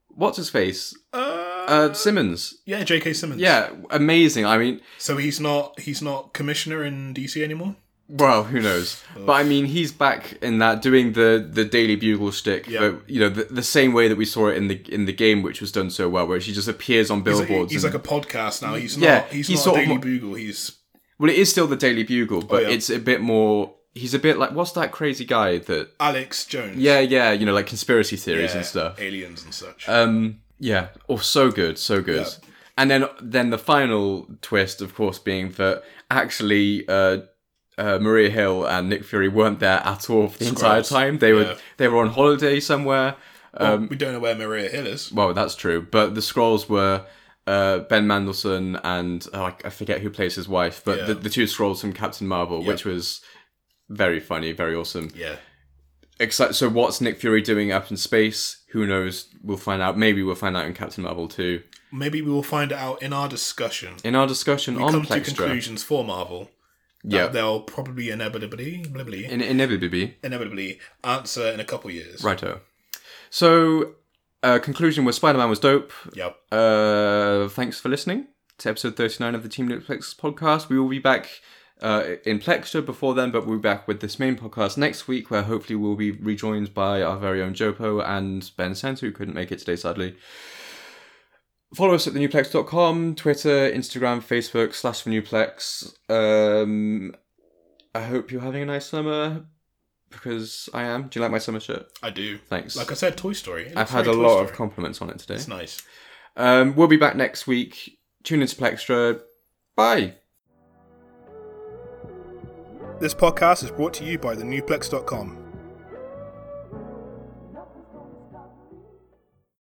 Speaker 2: what's his face uh, Simmons.
Speaker 1: Yeah, J.K. Simmons.
Speaker 2: Yeah, amazing. I mean,
Speaker 1: So he's not he's not commissioner in DC anymore.
Speaker 2: Well, who knows? But I mean, he's back in that doing the the Daily Bugle stick,
Speaker 1: Yeah.
Speaker 2: but you know, the, the same way that we saw it in the in the game, which was done so well, where she just appears on
Speaker 1: He's,
Speaker 2: billboards.
Speaker 1: like, he's
Speaker 2: and-
Speaker 1: like a podcast now. He's
Speaker 2: Yeah,
Speaker 1: not he's,
Speaker 2: he's
Speaker 1: not
Speaker 2: sort
Speaker 1: a
Speaker 2: of
Speaker 1: Daily
Speaker 2: mo-
Speaker 1: Bugle. He's
Speaker 2: well, it is still the Daily Bugle, but
Speaker 1: Oh, yeah.
Speaker 2: it's a bit more. He's a bit like what's that crazy guy that?
Speaker 1: Alex Jones.
Speaker 2: Yeah, yeah, you know, like conspiracy theories
Speaker 1: Yeah,
Speaker 2: and stuff.
Speaker 1: aliens and such.
Speaker 2: Um, yeah. Oh, so good, so good.
Speaker 1: Yeah.
Speaker 2: And then then the final twist, of course, being that actually. Uh, uh, Maria Hill and Nick Fury weren't there at all for the entire
Speaker 1: Scrubs.
Speaker 2: time. They were
Speaker 1: Yeah.
Speaker 2: they were on holiday somewhere.
Speaker 1: Well, we don't know where Maria Hill is.
Speaker 2: Well, that's true. But the scrolls were uh, Ben Mendelsohn and oh, I, I forget who plays his wife, but the,
Speaker 1: Yeah.
Speaker 2: the two scrolls from Captain Marvel, which was very funny, very awesome.
Speaker 1: Yeah,
Speaker 2: Except, so what's Nick Fury doing up in space? Who knows? We'll find out. Maybe we'll find out in Captain Marvel too.
Speaker 1: maybe we will find out in our discussion.
Speaker 2: In our discussion
Speaker 1: We
Speaker 2: on
Speaker 1: come to
Speaker 2: Plextra,
Speaker 1: conclusions for Marvel. that
Speaker 2: yeah,
Speaker 1: they'll probably inevitably, inevitably,
Speaker 2: in inevitably,
Speaker 1: inevitably answer in a couple years.
Speaker 2: righto. So, uh, conclusion was Spider-Man was dope.
Speaker 1: Yep.
Speaker 2: Uh, thanks for listening to episode 39 of the Team Netflix podcast. We will be back uh, in Plextra before then, but we'll be back with this main podcast next week, where hopefully we'll be rejoined by our very own Jopo and Ben Sant, who couldn't make it today, sadly. Follow us at thenewplex.com, Twitter, Instagram, Facebook, slash thenewplex. Um, I hope you're having a nice summer, because I am. Do you like my summer shirt?
Speaker 1: I do.
Speaker 2: Thanks.
Speaker 1: Like I said, Toy Story. It
Speaker 2: I've
Speaker 1: looks
Speaker 2: had a
Speaker 1: very Toy
Speaker 2: lot of
Speaker 1: Story.
Speaker 2: compliments on it today.
Speaker 1: It's nice.
Speaker 2: Um, we'll be back next week. Tune into Plextra. Bye.
Speaker 1: This podcast is brought to you by thenewplex.com.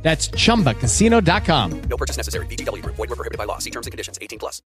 Speaker 6: That's chumbacasino.com.
Speaker 7: No purchase necessary. VGW Group. Void were prohibited by law. See terms and conditions. 18 plus.